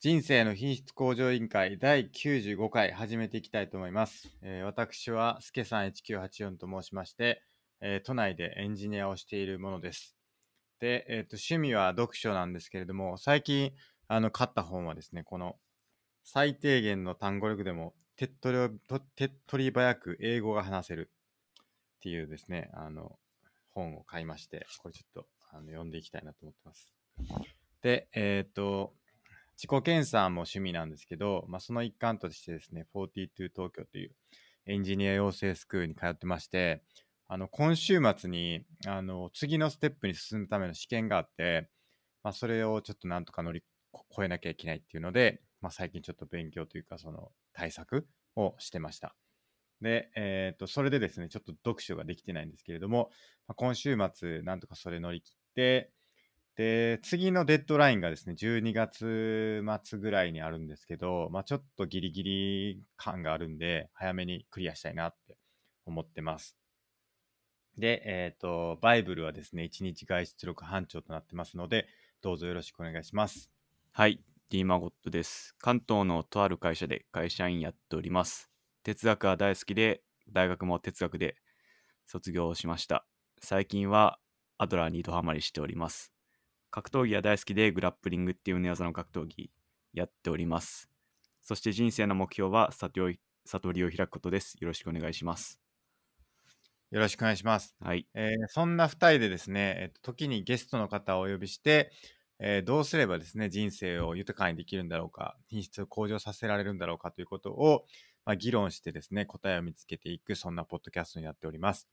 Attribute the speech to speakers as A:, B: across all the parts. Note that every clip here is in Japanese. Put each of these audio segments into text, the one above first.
A: 人生の品質向上委員会第95回始めていきたいと思います。えー私はすけさん1984と申しまして、えー都内でエンジニアをしているものです。で、えーと趣味は読書なんですけれども、最近あの買った本はですね、この最低限の単語力でも手っ取りをと手っ取り早く英語が話せるっていうですね、あの本を買いまして、これちょっとあの読んでいきたいなと思ってます。で、えっ、と、自己研鑽も趣味なんですけど、まあ、その一環としてですね、42東京というエンジニア養成スクールに通ってまして、あの今週末にあの次のステップに進むための試験があって、まあ、それをちょっとなんとか乗り越えなきゃいけないっていうので、まあ、最近ちょっと勉強というか、その対策をしてました。で、えっ、と、それでですね、ちょっと読書ができてないんですけれども、まあ今週末、なんとかそれ乗り切って、で、次のデッドラインがですね、12月末ぐらいにあるんですけど、まあ、ちょっとギリギリ感があるんで、早めにクリアしたいなって思ってます。で、えっ、と、バイブルはですね、1日外出力班長となってますので、どうぞよろしくお願いします。
B: はい、D マゴットです。関東のとある会社で会社員やっております。哲学は大好きで、大学も哲学で卒業しました。最近はアドラーにドハマりしております。格闘技は大好きで、グラップリングっていう寝技の格闘技やっております。そして人生の目標は悟り悟りを開くことです。よろしくお願いします。
A: よろしくお願いします。
B: はい、
A: えーそんな2人でですね、えっと時にゲストの方をお呼びして、えーどうすればですね人生を豊かにできるんだろうか品質を向上させられるんだろうかということを、まあ、議論してですね答えを見つけていくそんなポッドキャストになっております。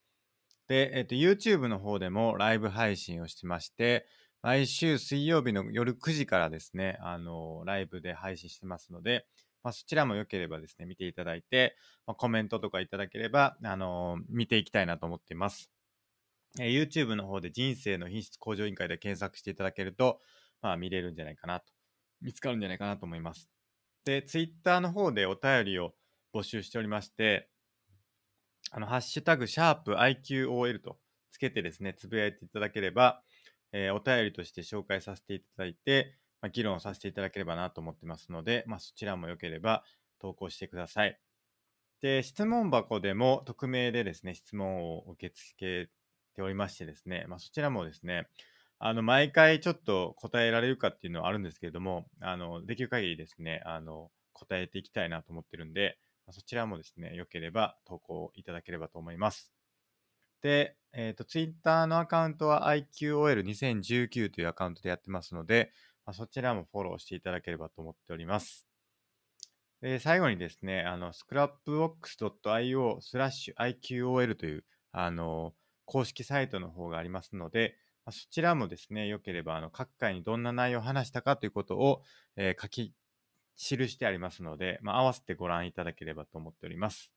A: で、えっと YouTube の方でもライブ配信をしてまして毎週水曜日の夜9時からですね、あのライブで配信してますので、まあ、そちらも良ければですね見ていただいて、まあ、コメントとかいただければ、あの見ていきたいなと思っています。えー YouTube の方で人生の品質向上委員会で検索していただけると、まあ見れるんじゃないかなと。見つかるんじゃないかなと思います。で、Twitter の方でお便りを募集しておりまして、あの、ハッシュタグ、シャープ i q o l とつけてですね、つぶやいていただければ、えーお便りとして紹介させていただいて、まあ、議論をさせていただければなと思ってますので、まあ、そちらもよければ投稿してください。で、質問箱でも匿名でですね、質問を受け付けっておりましてですね、まあ、そちらもですね、あの、毎回ちょっと答えられるかっていうのはあるんですけれども、あの、できる限りですね、あの、答えていきたいなと思ってるんで、まあそちらもですね、良ければ投稿いただければと思います。で、えっ、と、Twitter のアカウントは IQOL2019 というアカウントでやってますので、まあ、そちらもフォローしていただければと思っております。で最後にですね、あの、scrapbox.io スラッシュ IQOL という、あの、公式サイトの方がありますので、まあそちらもですね、よければ、あの、各回にどんな内容を話したかということを、えー書き記してありますので、まあ、合わせてご覧いただければと思っております。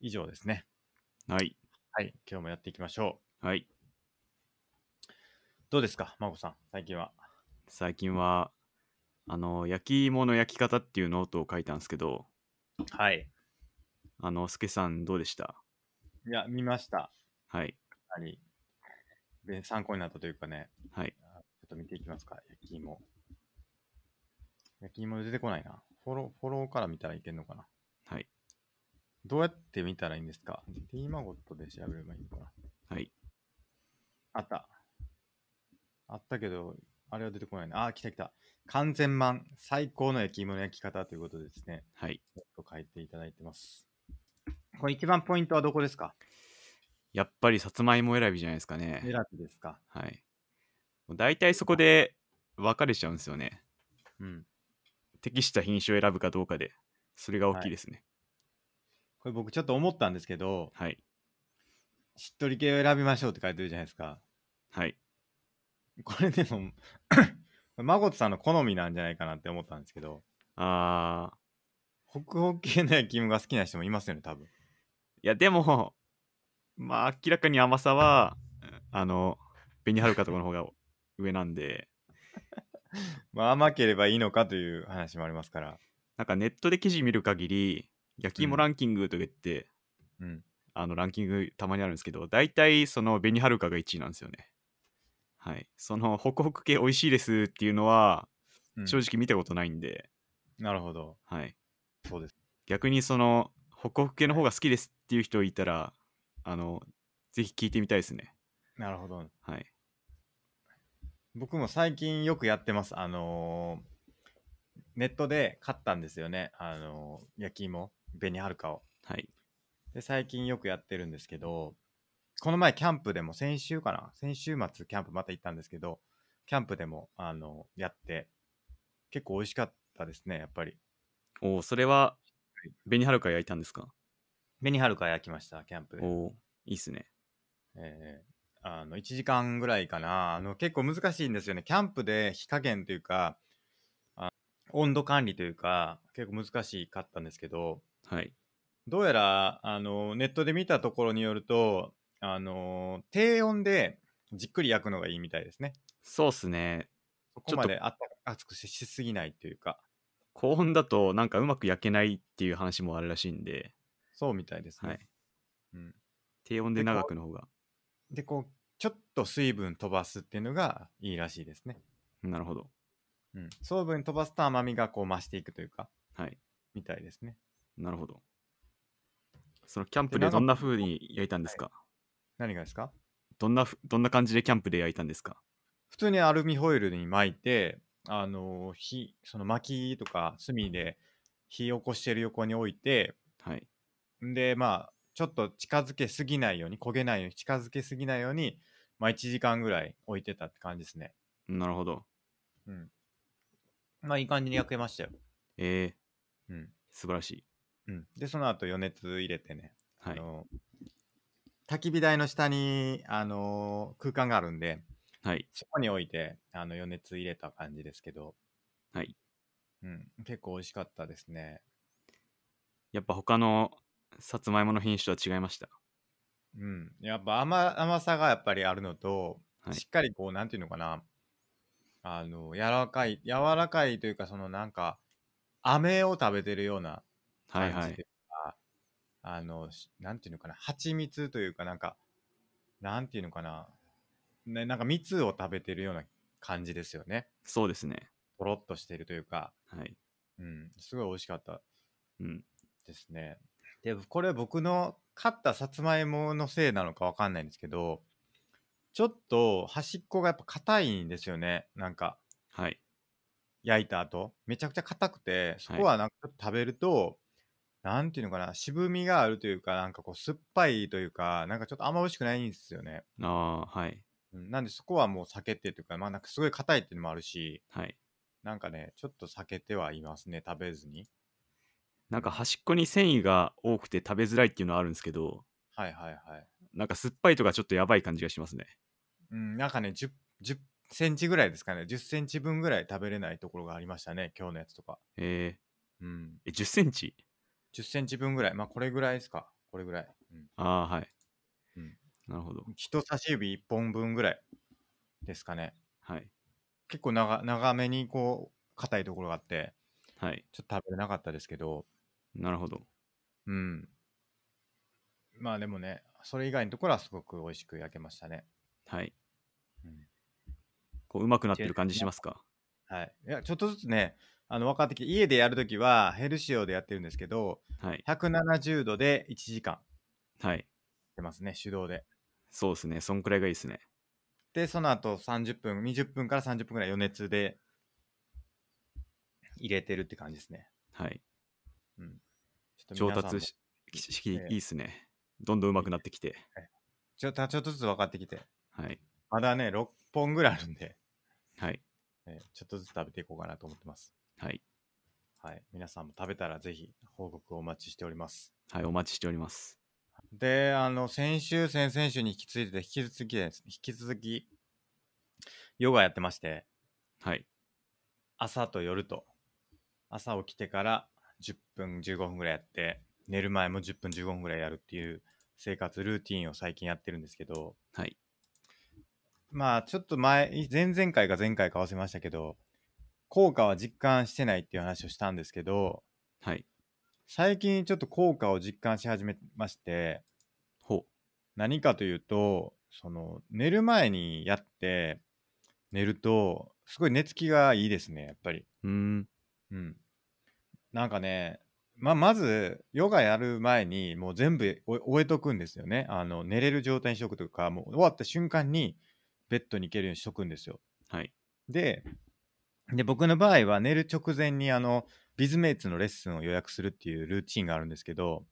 A: 以上ですね。
B: はい、
A: はい、今日もやっていきましょ
B: はい。
A: う。どうですか、まこさん、最近は。
B: 最近は、あの、焼き芋の焼き方っていうノートを書いたんですけど、
A: はい。
B: あの、すけさんどうでした
A: いや、見ました。
B: はい。
A: あり。で参考になったというかね、
B: はい。
A: ちょっと見ていきますか、焼き芋。焼き芋出てこないな。フォロー、フォローから見たらいけんのかな。
B: はい。
A: どうやって見たらいいんですか ?D マゴットで調べればいいのかな。
B: はい。
A: あった。あったけど、あれは出てこないな。あ、来た来た。完全版、最高の焼き芋の焼き方ということでですね、
B: はい。
A: ちょっと書いていただいてます。これ一番ポイントはどこですか
B: やっぱりさつまいも選びじゃないですかね。
A: 選びですか。
B: はい。もう大体そこで分かれちゃうんですよね。
A: うん。
B: 適した品種を選ぶかどうかで、それが大きいですね。
A: これ僕ちょっと思ったんですけど、
B: はい。
A: しっとり系を選びましょうって書いてるじゃないですか。
B: はい。
A: これで も、マゴトさんの好みなんじゃないかなって思ったんですけど、
B: あ
A: 北欧系の焼き芋が好きな人もいますよね、多分。
B: ー、いや、でも、まあ、明らかに甘さは、あの、紅はるかとかの方が上なんで、
A: まあ、甘ければいいのかという話もありますから。
B: なんかネットで記事見る限り、焼き芋
A: うん
B: ランキングとか言って、
A: うん。
B: あのランキングたまにあるんですけど、大体その紅はるかが1位なんですよね。はい。そのホクホク系美味しいですっていうのは、
A: うん
B: 正直見たことないんで、
A: なるほど。
B: はい、
A: そうです。
B: 逆にその北北系の方が好きですっていう人いたらあのぜひ聞いてみたいですね
A: なるほど。
B: はい
A: 僕も最近よくやってます。あのーネットで買ったんですよね。あのー焼き芋、紅はるかを。
B: はい
A: で、最近よくやってるんですけど、この前キャンプでも、先週かな先週末キャンプまた行ったんですけど、キャンプでも、あのやって、結構美味しかったですね、やっぱり。
B: おおそれは紅はるか焼いたんですか
A: 紅はるか焼きました、キャンプで。
B: おおいいっすね
A: えーあの1時間ぐらいかなあの結構難しいんですよねキャンプで火加減というかあ温度管理というか結構難しかったんですけど
B: はい
A: どうやらあのネットで見たところによるとあの低温でじっくり焼くのがいいみたいですね
B: そうっすね
A: そこまであった熱くししすぎないというか
B: 高温だとなんかうまく焼けないっていう話もあるらしいんで、
A: そうみたいですね、
B: はい、
A: うん、
B: 低温で
A: で
B: 長くの方が
A: でこうちょっと水分飛ばすっていうのがいいらしいですね、
B: なるほど
A: うん、水分飛ばすと甘みがこう増していくというか
B: はい
A: みたいですね
B: なるほどそのキャンプ
A: で
B: で
A: 長
B: どんな風に焼いたんですか、
A: 何がですか
B: どんなふどんな感じでキャンプで焼いたんですか
A: 普通にアルミホイルに巻いて、あの火その薪とか炭で火起こしてる横に置いて
B: はい
A: んでまあちょっと近づけすぎないように焦げないように近づけすぎないように、まあ、1時間ぐらい置いてたって感じですね
B: なるほど
A: うんまあいい感じに焼けましたよ、
B: えー、
A: うん
B: 素晴らしい
A: うん、でその後余熱入れてね、
B: は
A: あ
B: い
A: の焚き火台の下に、あの空間があるんで
B: はい
A: そこに置いてあの余熱入れた感じですけど
B: はい
A: うん、結構美味しかったですね。
B: やっぱ他のさつまいもの品種とは違いました
A: うん、やっぱ甘甘さがやっぱりあるのと、
B: はい
A: しっかりこう、なんていうのかな、あの、柔らかい、柔らかいというか、そのなんか、飴を食べてるような
B: はいは
A: 感じ
B: い
A: で、あの、しなんていうのかな、蜂蜜というか、なんか、なんていうのかな、ね、なんか蜜を食べてるような感じですよね。
B: そうですね
A: とろっとしてるというか、
B: はい
A: うん、すごい美味しかった
B: うん
A: ですね。で、これ僕の買ったさつまいものせいなのかわかんないんですけど、ちょっと端っこがやっぱ硬いんですよね。なんか
B: はい
A: 焼いた後。めちゃくちゃ硬くて、そこはなんかちょっと食べると、なんていうのかな、渋みがあるというか、なんかこう酸っぱいというか、なんかちょっとあんま美味しくないんですよね。
B: ああーはい
A: うんなんでそこはもう避けてというか、まあなんかすごい硬いっていうのもあるし、
B: はい
A: なんかね、ちょっと避けてはいますね、食べずに。
B: なんか端っこに繊維が多くて食べづらいっていうのはあるんですけど
A: はいはいはい。
B: なんか酸っぱいとかちょっとやばい感じがしますね
A: うん、なんかね10、10センチぐらいですかね、10センチ分ぐらい食べれないところがありましたね、今日のやつとか。
B: え
A: うん、
B: ー、え10センチ
A: 10センチ分ぐらい、まあこれぐらいですか、これぐらい。うん、
B: ああーはい、
A: うん
B: なるほど
A: 人差し指1本分ぐらいですかね。
B: はい
A: 結構長長めにこう、硬いところがあって、
B: はい
A: ちょっと食べれなかったですけど、
B: なるほど
A: うん。まあでもね、それ以外のところはすごく美味しく焼けましたね。
B: はい
A: うん
B: こううまくなってる感じしますか
A: はい、いやちょっとずつね、あの分かってきて、家でやるときはヘルシオでやってるんですけど、
B: はい
A: 170度で1時間。
B: はい
A: ってますね手動で
B: そうですねそんくらいがいいですね
A: でその後30分20分から30分ぐらい余熱で入れてるって感じですね
B: はい
A: ちょっと
B: 上
A: 皆さんも
B: 達しししい
A: ええ
B: いっすねどんどん上手くなってきて
A: ちょっとちょっとずつ分かってきて
B: はい
A: まだね6本ぐらいあるんで、
B: はい
A: えーちょっとずつ食べていこうかなと思ってます
B: はい
A: はい皆さんも食べたらぜひ報告をお待ちしております
B: はいお待ちしております
A: であの先週先々週に引き継いで引き続きです引き続きヨガやってまして
B: はい
A: 朝と夜と朝起きてから10分15分ぐらいやって寝る前も10分15分ぐらいやるっていう生活ルーティンを最近やってるんですけど
B: はい
A: まあちょっと前前々回か前回か忘れましたけど効果は実感してないっていう話をしたんですけど
B: はい
A: 最近ちょっと効果を実感し始めまして
B: ほう
A: 何かというとその寝る前にやって寝ると、すごい寝つきがいいですね、やっぱり。
B: うーん。
A: うん。なんかね、ま、まず、ヨガやる前に、もう全部お終えとくんですよね。あの、寝れる状態にしとくというか、もう終わった瞬間に、ベッドに行けるようにしとくんですよ。
B: はい。
A: で、で、僕の場合は寝る直前に、あの、ビズメイツのレッスンを予約するっていうルーチンがあるんですけど、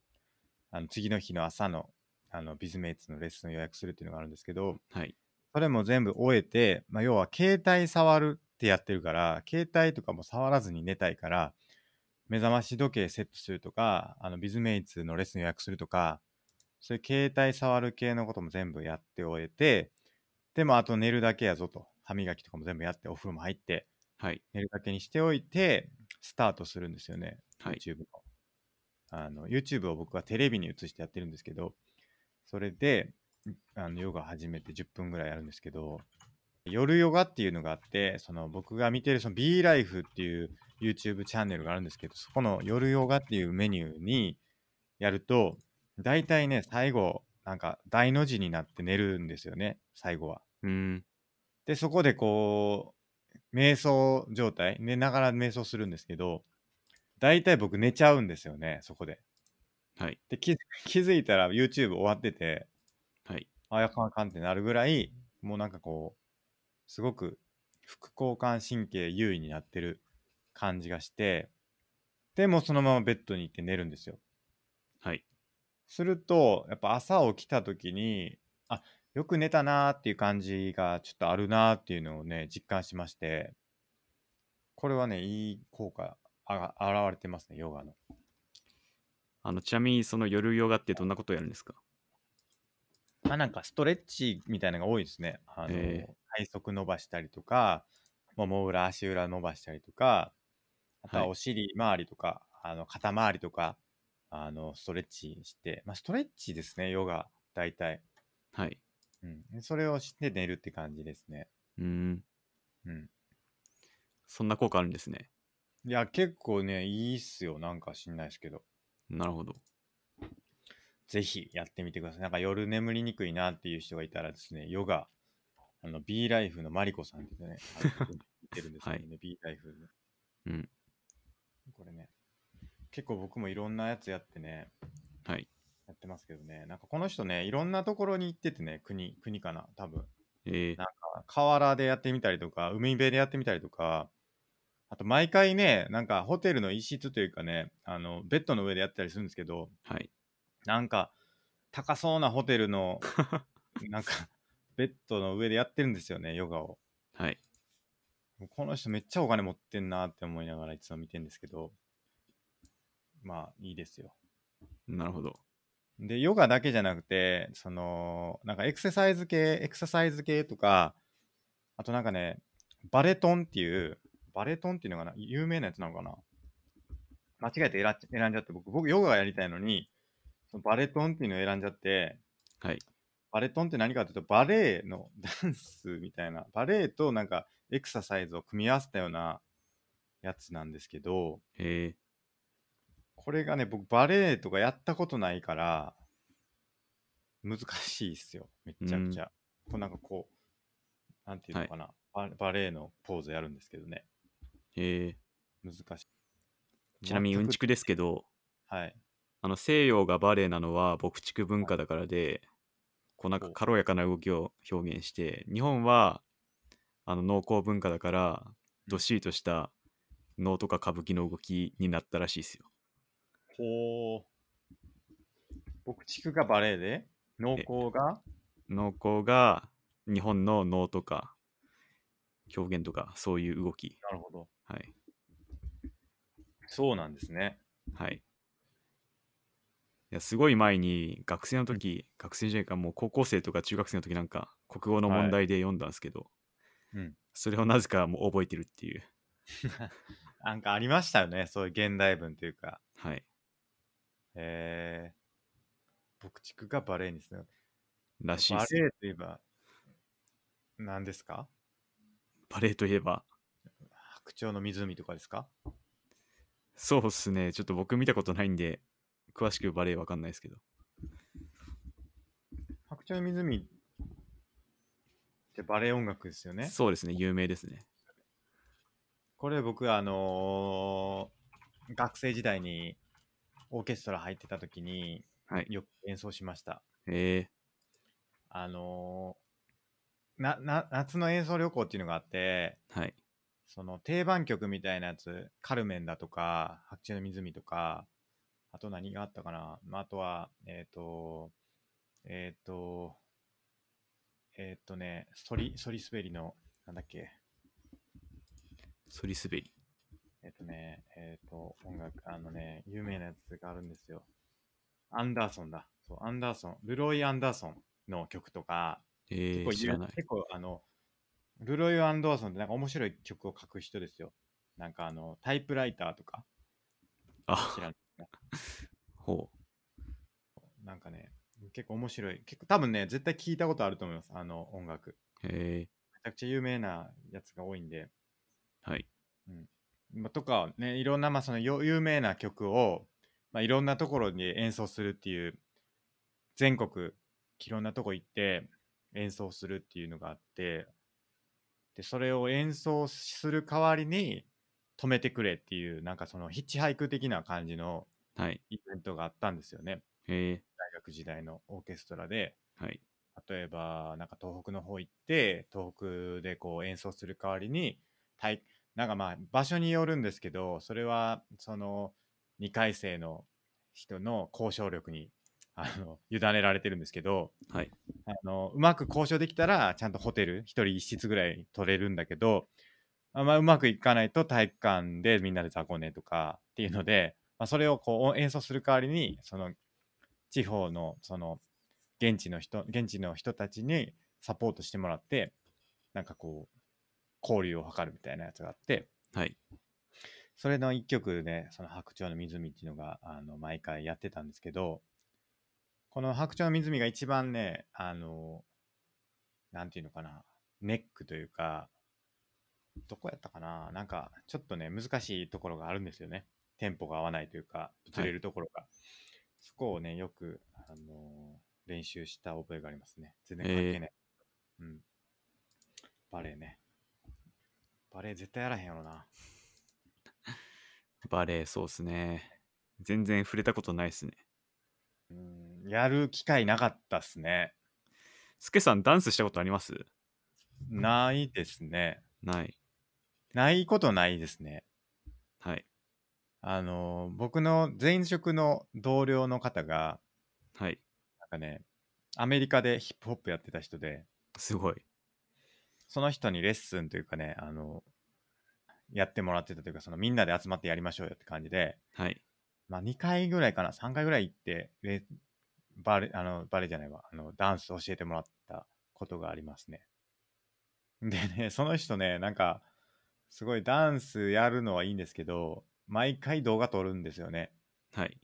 A: あの、次の日の朝の、あの、ビズメイツのレッスンを予約するっていうのがあるんですけど、
B: はい。
A: それも全部終えて、まあ、要は携帯触るってやってるから、携帯とかも触らずに寝たいから、目覚まし時計セットするとか、あのビズメイツのレッスン予約するとか、そういう携帯触る系のことも全部やって終えて、でもあと寝るだけやぞと、歯磨きとかも全部やって、お風呂も入って、
B: はい。
A: 寝るだけにしておいて、スタートするんですよね、
B: はい
A: YouTube の。あの YouTube を僕はテレビに映してやってるんですけど、それで、あのヨガ始めて10分ぐらいやるんですけど、夜ヨガっていうのがあって、その僕が見てるその B ライフっていう YouTube チャンネルがあるんですけど、そこの夜ヨガっていうメニューにやると、大体ね、最後、なんか大の字になって寝るんですよね、最後は。
B: うーん。
A: で、そこでこう、瞑想状態、寝ながら瞑想するんですけど、大体僕寝ちゃうんですよね、そこで。
B: はい。
A: で、気づ 気づいたら YouTube 終わってて、
B: はい。
A: あ、やかんあかんってなるぐらい、もうなんかこう、すごく副交感神経優位になってる感じがして、でもうそのままベッドに行って寝るんですよ。
B: はい。
A: すると、やっぱ朝起きた時に、あ、よく寝たなーっていう感じがちょっとあるなーっていうのをね、実感しまして、これはね、いい効果あが現れてますね、ヨガの。
B: あの、ちなみにその夜ヨガってどんなことをやるんですか
A: まあ、なんかストレッチみたいなのが多いですね。あの、
B: えー
A: 体側伸ばしたりとか、もも裏、足裏伸ばしたりとか、あと
B: は。
A: はいお尻周りとか、あの、肩周りとか、あの、ストレッチして、まあ、ストレッチですね、ヨガ、大体。
B: はい。
A: うん。でそれをして寝るって感じですね。
B: うーん。
A: うん。
B: そんな効果あるんですね。
A: いや、結構ね、いいっすよ。なんか知んないですけど。
B: なるほど。
A: ぜひやってみてください。なんか夜眠りにくいなっていう人がいたらですね、ヨガ、あの、B ライフのマリコさんってね、あの僕見てるんです
B: は
A: け
B: い。
A: どね、B ライフの。
B: うん。
A: これね、結構僕もいろんなやつやってね、
B: はい。
A: やってますけどね、なんかこの人ね、いろんなところに行っててね、国、国かな、多分。
B: えー
A: なんか、河原でやってみたりとか、海辺でやってみたりとか、あと毎回ね、なんかホテルの一室というかね、あの、ベッドの上でやってたりするんですけど、
B: はい。
A: なんか、高そうなホテルの、なんか、ベッドの上でやってるんですよね、ヨガを。
B: はい。
A: もうこの人めっちゃお金持ってんなって思いながらいつも見てるんですけど、まあ、いいですよ。
B: なるほど。
A: で、ヨガだけじゃなくて、その、なんかエクササイズ系、エクササイズ系とか、あとなんかね、バレトンっていう、バレトンっていうのかな、有名なやつなのかな間違えて選っ選んじゃって、僕、僕ヨガがやりたいのに、そのバレトンっていうのを選んじゃって、
B: はい。
A: バレトンって何かというと、バレエのダンスみたいな、バレエとなんかエクササイズを組み合わせたようなやつなんですけど、
B: え
A: これがね、僕、バレエとかやったことないから、難しいっすよ、め
B: ーう
A: ちゃ
B: ー
A: く
B: ん。
A: ちゃ。こうなんかこう、なんていう
B: は
A: の
B: い。
A: かな、ババレエのポーズやるんですけどね、
B: えー
A: 難しい。
B: ちなみにうん
A: 全
B: ち
A: く、
B: くですけど、
A: はい、
B: あの西洋がバレエなのは牧畜文
A: はい、
B: 化だからで、こうなんか
A: お
B: 軽やかな動きを表現して、日本はあの農耕文化だから、
A: う
B: どっ
A: ん。
B: しりとした能とか歌舞伎の動きになったらしいですよ。
A: ほー、僕、地区がバレエで、農
B: え
A: 耕が、
B: 農耕が日本の能とか表現とかそういう動き。
A: なるほど。
B: はい。
A: そうなんですね。
B: はい。いやすごい前に学生
A: う
B: の
A: ん
B: 時、学生じゃないかもう高校生とか中学生の時なんか国語の
A: は
B: 問
A: い。
B: 題で読んだんですけど、
A: うん。
B: それをなぜかもう覚えてるっていう。
A: なんかありましたよね、そういう現代文というか。
B: はい。
A: えー、僕、地区がバレエにする。
B: らしいで
A: バ
B: す
A: レ
B: よ。
A: エといえば何ですか
B: バレエといえば、
A: 白鳥の湖とかですか
B: そうっすね。ちょっと僕見たことないんで、詳しくバレエわかんないですけど。
A: 白鳥の湖っってバレエ音楽ですよね。
B: そうですね、有名ですね。
A: これ僕あのー学生時代にオーケストラ入ってた時に
B: はい
A: よく演奏しました。
B: え
A: あのーなな夏の演奏旅行っていうのがあって
B: ー、はい。
A: その定番曲みたいなやつ「カルメン」だとか「白昼の湖」とかあと何があったかなまああとはえっ、とえっ、とえっ、とねソリソリ滑りのなんだっけ
B: ソリスベリ。
A: えっとね、えっと、音楽、あのね、有名なやつがあるんですよ。アンダーソンだ。そう、アンダーソン、ルロイ・アンダーソンの曲とか、結
B: え
A: 構
B: ー、知
A: 有
B: らない。
A: 結構あの、ルロイ・アンダーソンってなんか面白い曲を書く人ですよ。なんかあの、タイプライターとか、
B: あ
A: 知らん。
B: ほう。
A: なんかね、結構面白い。結構多分ね、絶対聞いたことあると思います。あの音楽。
B: え
A: めちゃくちゃ有名なやつが多いんで。
B: ー、はい。
A: まあとかねいろんな、まあ、そのよ有名な曲を、まあ、いろんなところに演奏するっていう全国いろんなとこ行って演奏するっていうのがあってでそれを演奏する代わりに止めてくれっていうなんかそのヒッチハイク的な感じの
B: はい。
A: イベントがあったんですよね
B: え
A: 大学時代のオーケストラで
B: ー、はい。
A: 例えばなんか東北の方行って東北でこう演奏する代わりにたいなんかまあ場所によるんですけどそれはその2回生の人の交渉力に あの委ねられてるんですけど
B: はい。
A: あのうまく交渉できたらちゃんとホテル1人1室ぐらい取れるんだけど、あまあ、うまくいかないと体育館でみんなで雑魚寝とかっていうので、まあ、それをこう演奏する代わりにその地方のその現地の人現地の人たちにサポートしてもらってなんかこう交流を図るみたいなやつがあって
B: はい。
A: それの一曲で、その白鳥の湖っていうのがあの毎回やってたんですけどこの白鳥の湖が一番ねあのなんていうのかなネックというかどこやったかななんかちょっとね難しいところがあるんですよねテンポが合わないというかずれるところが、そこをねよくあの練習した覚えがありますね全然関係ない、うんバレエねバレエ絶対やらへんやろな
B: バレー、そうっすね。全然触れたことないっすね。
A: うんやる機会なかったっすね。
B: スケさん、ダンスしたことあります
A: ないですね。
B: ない。
A: ないことないですね。
B: はい。
A: あの、僕の前職の同僚の方が、
B: はい。
A: なんかね、アメリカでヒップホップやってた人で、
B: すごい。
A: その人にレッスンというかね、あの、やってもらってたというか、そのみんなで集まってやりましょうよって感じで、
B: はい。
A: まあ2回ぐらいかな、3回ぐらい行って、レバレ、あの、バレエじゃないわ、あの、ダンス教えてもらったことがありますね。でね、 その人ね、なんか、すごいダンスやるのはいいんですけど、毎回動画撮るんですよね。
B: はい。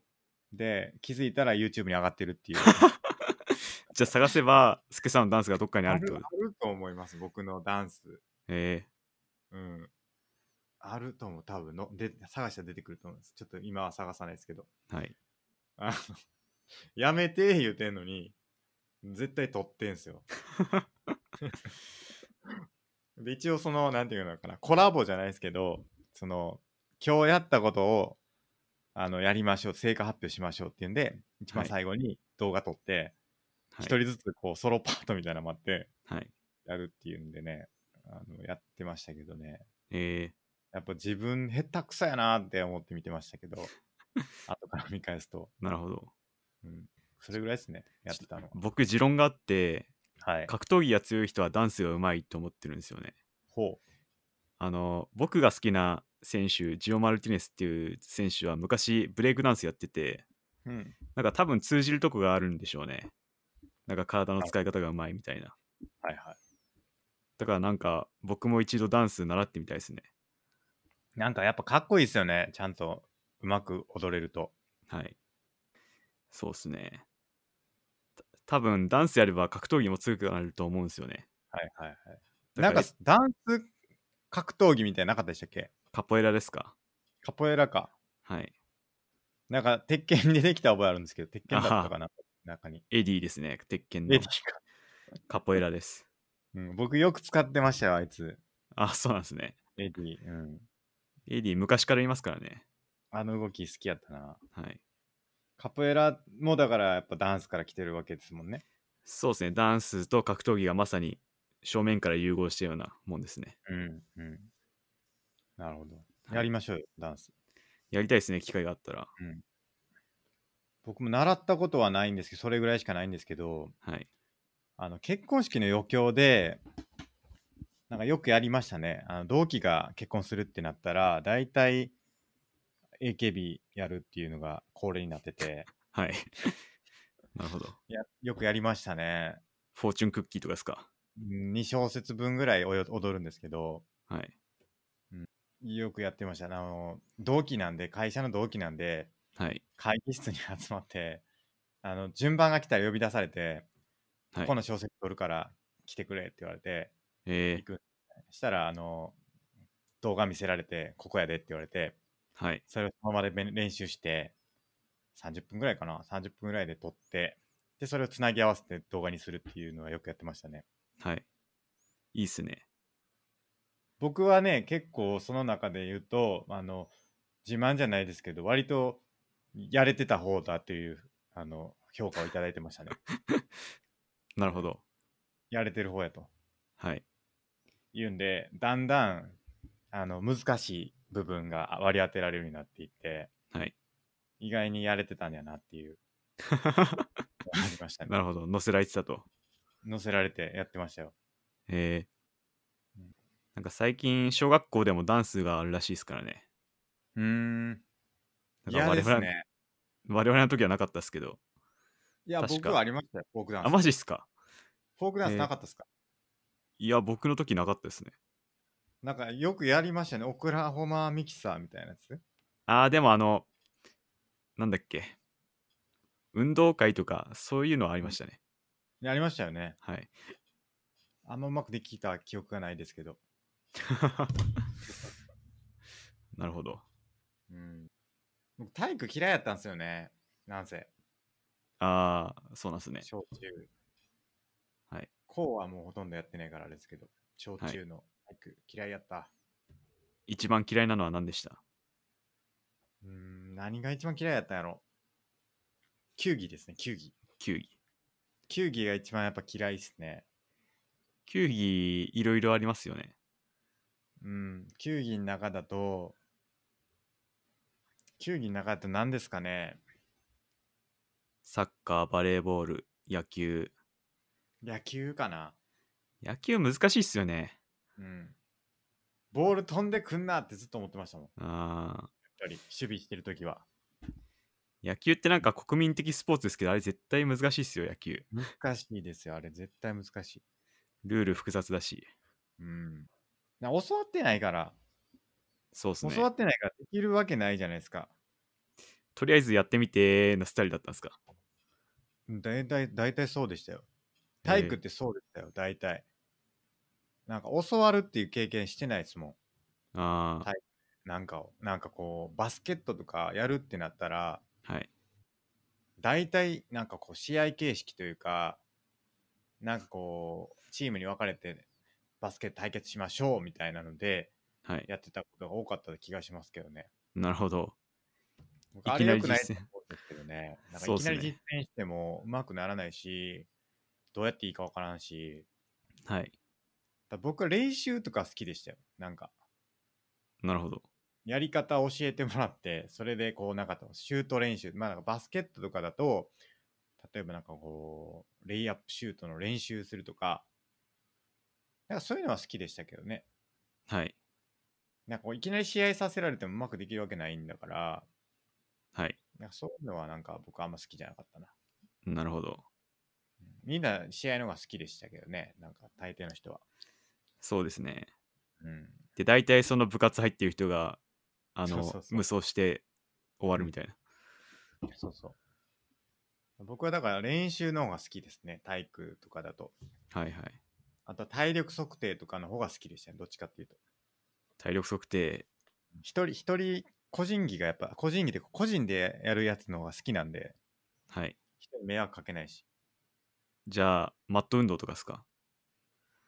A: で、気づいたら YouTube に上がってるって いう。
B: じゃあ探せば、スケさんのダンスがどっかにあ
A: あ
B: るって
A: る
B: こ
A: あ
B: と
A: ると思います、僕のダンス。
B: え
A: うん。あると思う、多分の。で、探したら出てくると思います。ちょっと今は探さないですけど。
B: ー、はい。
A: あの、やめて言うてんのに、絶対取ってんすよ。で、一応その、なんていうのかな、コラボじゃないですけど、その、今日やったことを、あの、やりましょう、成果発表しましょうっていうんで、一番
B: はい
A: 最後に動画撮って、
B: はい
A: 一、人ずつこう、ソロパートみたいなのもあって、
B: はい。
A: やるっていうんでね、あの、やってましたけどね。
B: え
A: やっぱ自分下手くそやなって思って見てましたけ ど、後から見返すと、
B: ー、なるほど。
A: うん、それぐらいですね、やってたのは。
B: 僕、持論があって、
A: はい。
B: 格闘技が強い人はダンスがうまいと思ってるんですよね。
A: ほ
B: あの、僕が好きな選手、ジオ・マルティネスっていう選手は昔ブレイクダンスやってて、
A: う。うん。
B: なんか多分通じるとこがあるんでしょうね。なんか体の使い方がうまいみたいな。
A: はいは
B: だからなんか僕も一度ダンス習ってみたいですね。
A: い。なんかやっぱかっこいいですよね。ちゃんとうまく踊れると。
B: はい。そうっすね。た多分ダンスやれば格闘技も強くなると思うんですよね。
A: はいはいはい。
B: だ
A: な
B: か
A: ん
B: ら
A: かダンス格闘技みたいなのなかったでしたっけ
B: カポエラですか
A: カポエラか。
B: はい。
A: なんか鉄拳にできた覚えあるんですけど、鉄拳だったかな中に。
B: エディですね。鉄
A: エ
B: 拳の
A: ディか
B: カポエラです。
A: うん、僕よく使ってましたよ、あいつ。
B: あ、そうなんですね。
A: AD。うん。
B: エディ昔からいますからね。
A: あの動き好きやったな。
B: はい。
A: カポエラもだからやっぱダンスから来てるわけですもんね。
B: そうですね。ダンスと格闘技がまさに正面から融合したようなもんですね。
A: うん。うん。なるほど。
B: はい
A: やりましょうよ、ダンス。
B: やりたいですね、機会があったら。
A: 僕も習ったことはないんですけど、それぐらいしかないんですけど、
B: はい。
A: あの結婚式の余興で、なんかよくやりましたね。あの同期が結婚するってなったら、大体 AKB やるっていうのが恒例になってて、
B: はい。なるほど。
A: やよくやりましたね。
B: フォーチュンクッキーとかですか。
A: 2小節分ぐらいおよ踊るんですけど、
B: はい。
A: よくやってましたね。あの同期なんで、会社の同期なんで、
B: はい。
A: 会議室に集まって、あの順番が来たら呼び出されて、
B: はい
A: こ。の小節取るから来てくれって言われて、
B: え
A: 行くしたらあの動画見せられてここやでって言われて
B: ー、はい。
A: それをその場でべん練習して30分ぐらいかな30分ぐらいで撮ってでそれをつなぎ合わせて動画にするっていうのはよくやってましたね
B: はい。いいっすね。
A: 僕はね結構その中で言うとあの自慢じゃないですけど割とやれてた方だというあの評価をいただいてましたね
B: なるほど。
A: やれてる方やと
B: はい。
A: いうんでだんだんあの難しい部分が割り当てられるようになっていって
B: はい。
A: 意外にやれてたんやなっていうのがありましたね
B: な。るほど。載せられてたと。
A: 乗せられてやってましたよ。
B: えー
A: うん
B: なんか最近、小学校でもダンスがあるらしいですからね。
A: うーん。
B: なんか
A: 嫌
B: 我
A: です
B: 々は
A: ね。
B: 我々の時はなかったですけど。
A: いや、
B: 確か
A: 僕はありましたよ、フォークダンス。
B: あ、マジっすか
A: フォークダン
B: え
A: ス
B: ー
A: なかったですか、
B: いや、僕の時なかったですね。
A: なんかよくやりましたよね。オクラホマミキサーみたいなやつ。
B: あー、でもあの、なんだっけ。運動会とか、そういうのはありましたね。
A: やりましたよね。
B: はい。
A: あんまうまくできた記憶がないですけど。
B: なるほど。
A: うん。僕、体育嫌いやったんですよね。なんせ、
B: ああ、そうなんすね。
A: 小中。
B: はい。
A: 高はもうほとんどやってないからあれですけど、小中の体育嫌いやった。
B: 一番嫌いなのは何でした
A: うーん、何が一番嫌いやったんやろ球技ですね、球技。
B: 球技。
A: 球技が一番やっぱ嫌いですね。
B: 球技、いろいろありますよね。
A: うん、球技の中だと、球技の中だと何ですかね
B: サッカー、バレーボール、野球。
A: 野球かな
B: 野球難しいっすよね。
A: うん。ボール飛んでくんなってずっと思ってましたもん。や
B: あ
A: っぱり守備してるときは。
B: ー野球ってなんか国民的スポーツですけど、あれ絶対難しいっすよ、野球。
A: 難しいですよ、あれ絶対難しい。
B: ルール複雑だし。
A: うん。な教わってないから、
B: そうっすね
A: 教。わってないからできるわけないじゃないですか。
B: とりあえずやってみてのスタイルだったんですか。
A: うん大体、大体そうでしたよ。
B: えー
A: 体育ってそうでしたよ、大体。なんか教わるっていう経験してないですもん。
B: ああ、
A: はなんかを、なんかこう、バスケットとかやるってなったら、
B: はい。
A: 大体なんかこう、試合形式というか、なんかこう、チームに分かれて、バスケ対決しましょうみたいなので、
B: はい。
A: やってたことが多かった気がしますけどね。
B: なるほど。
A: 僕あ
B: いき
A: れ
B: な
A: 良
B: り
A: くないと
B: 実践
A: 思うんですけどね。なんか
B: そう
A: い
B: っ
A: き
B: す
A: な
B: ね
A: り実践してもうまくならないし、どうやっていいか分からんし、
B: はい。
A: だから僕は練習とか好きでしたよ。なんか、
B: なるほど。
A: やり方を教えてもらって、それでこう、なんかシュート練習、まあなんかバスケットとかだと、例えばなんかこう、レイアップシュートの練習するとか、なんかそういうのは好きでしたけどね。
B: はい。
A: なんかこういきなり試合させられてもうまくできるわけないんだから、
B: はい。
A: なんかそういうのはなんか僕あんま好きじゃなかったな。
B: なるほど。
A: みんな試合の方が好きでしたけどね、なんか大抵の人は。
B: そうですね。
A: うん。
B: で、大体その部活入ってる人が、あ
A: そう
B: の
A: そう、そう
B: 無双して終わるみたいな。
A: そうそう。僕はだから練習の方が好きですね、体育とかだと。
B: はいはい。
A: あとは体力測定とかの方が好きでしたね、どっちかっていうと。
B: 体力測定。
A: 一人一人個人技がやっぱ個人技で個人でやるやつの方が好きなんで
B: はい。
A: 人に迷惑かけないし
B: じゃあ、マット運動とかですか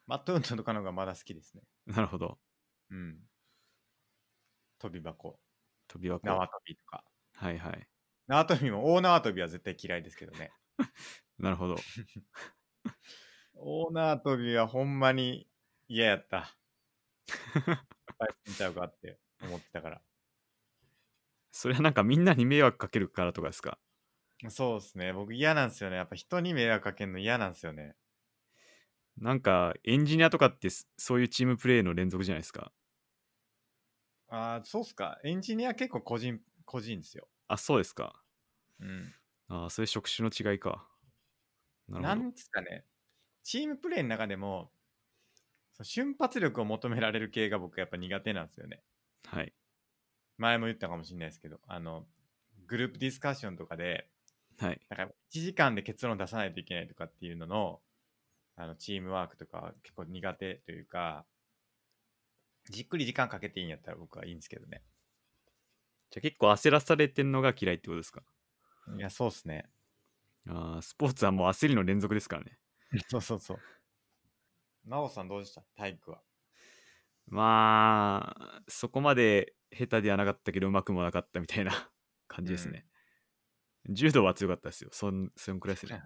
A: マット運動とかの方がまだ好きですね。
B: なるほど。
A: うん。飛び箱、
B: 飛び箱。
A: 縄
B: は
A: 跳びとか。
B: いはい。
A: 縄跳びも大縄跳びは絶対嫌いですけどね。
B: なるほど。
A: 大縄跳びはほんまに嫌やった。はい、ちゃうかって思ってたから。
B: それはなんかみんなに迷惑かけるからとかですか
A: そうですね。僕嫌なんですよね。やっぱ人に迷惑かけるの嫌なんですよね。
B: なんかエンジニアとかってすそういうチームプレーの連続じゃないですか
A: ああ、そうっすか。エンジニア結構個人、個人ですよ。
B: あそうですか
A: うん。
B: あーそれ職種の違いかなる
A: な
B: ほど
A: んですかね。チームプレーの中でも、その瞬発力を求められる系が僕やっぱ苦手なんですよね。
B: はい
A: 前も言ったかもしれないですけど、あの、グループディスカッションとかで、
B: はい
A: なんか1時間で結論出さないといけないとかっていうのの、あのチームワークとかは結構苦手というか、じっくり時間かけていいんやったら僕はいいんですけどね。
B: じゃあ結構焦らされてんのが嫌いってことですか
A: いや、そうっすね。
B: あースポーツはもう焦りの連続ですからね
A: そうそうそう。なおさんどうでした体育は。
B: まあそこまで下手ではなかったけどうまくもなかったみたいな感じですね、柔道は強かったですよそんそんくらいですね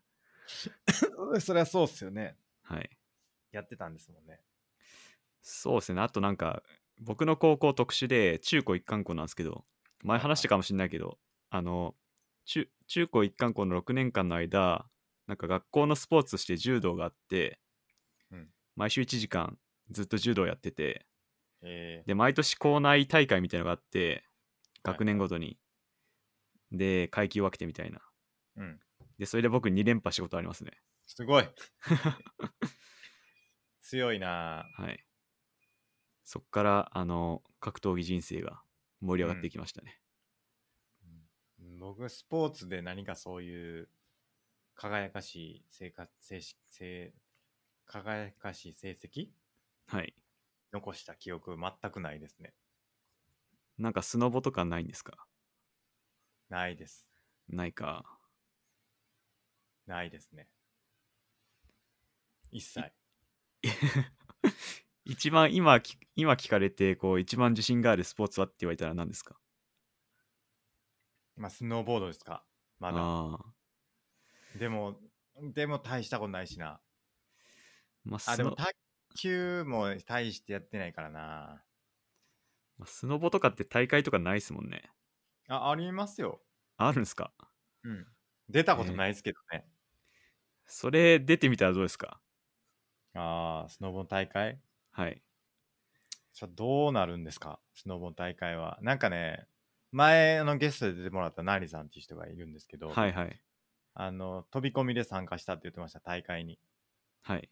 A: それはそうっすよね。
B: はい
A: やってたんですもんね。
B: そうですねあとなんか僕の高校特殊で中高一貫校なんですけど
A: は
B: 前
A: いはい
B: 話したかもしれないけどあの中中高一貫校の6年間の間なんか学校のスポーツとして柔道があって、
A: うん
B: 毎週1時間ずっと柔道やってて
A: え
B: で毎年校内大会みたいなのがあって
A: はいはい
B: 学年ごとに、で階級分けてみたいな
A: ー、うん。
B: でそれで僕2連覇したことありますね
A: すごい 強いなぁ
B: はいそっからあの格闘技人生が盛り上がっていきました
A: う
B: ね、
A: ん僕スポーツで何かそういう輝かしい生活成し成輝かしい成績
B: はい。
A: 残した記憶全くないですね
B: なんかスノボとかないんですか
A: ないです
B: ないか。
A: ないですね一切
B: 一番今き、今聞かれて、こう、一番自信があるスポーツはって言われたら何ですか
A: まあスノーボードですかまだ
B: ああ。
A: でもでも大したことないしな
B: まあ、
A: あ
B: ス
A: でも
B: ノ
A: 卓球も大してやってないからな
B: まあスノボとかって大会とかないですもんね。
A: あありますよ
B: あるんですか
A: うん出たことないですけどね、
B: それ出てみたらどうですか
A: ああ、スノボの大会
B: はい。
A: さどうなるんですかスノボの大会は。なんかね、前あのゲストで出てもらったナリさんっていう人がいるんですけど、
B: はいはい。
A: あの飛び込みで参加したって言ってました、大会に。
B: はい。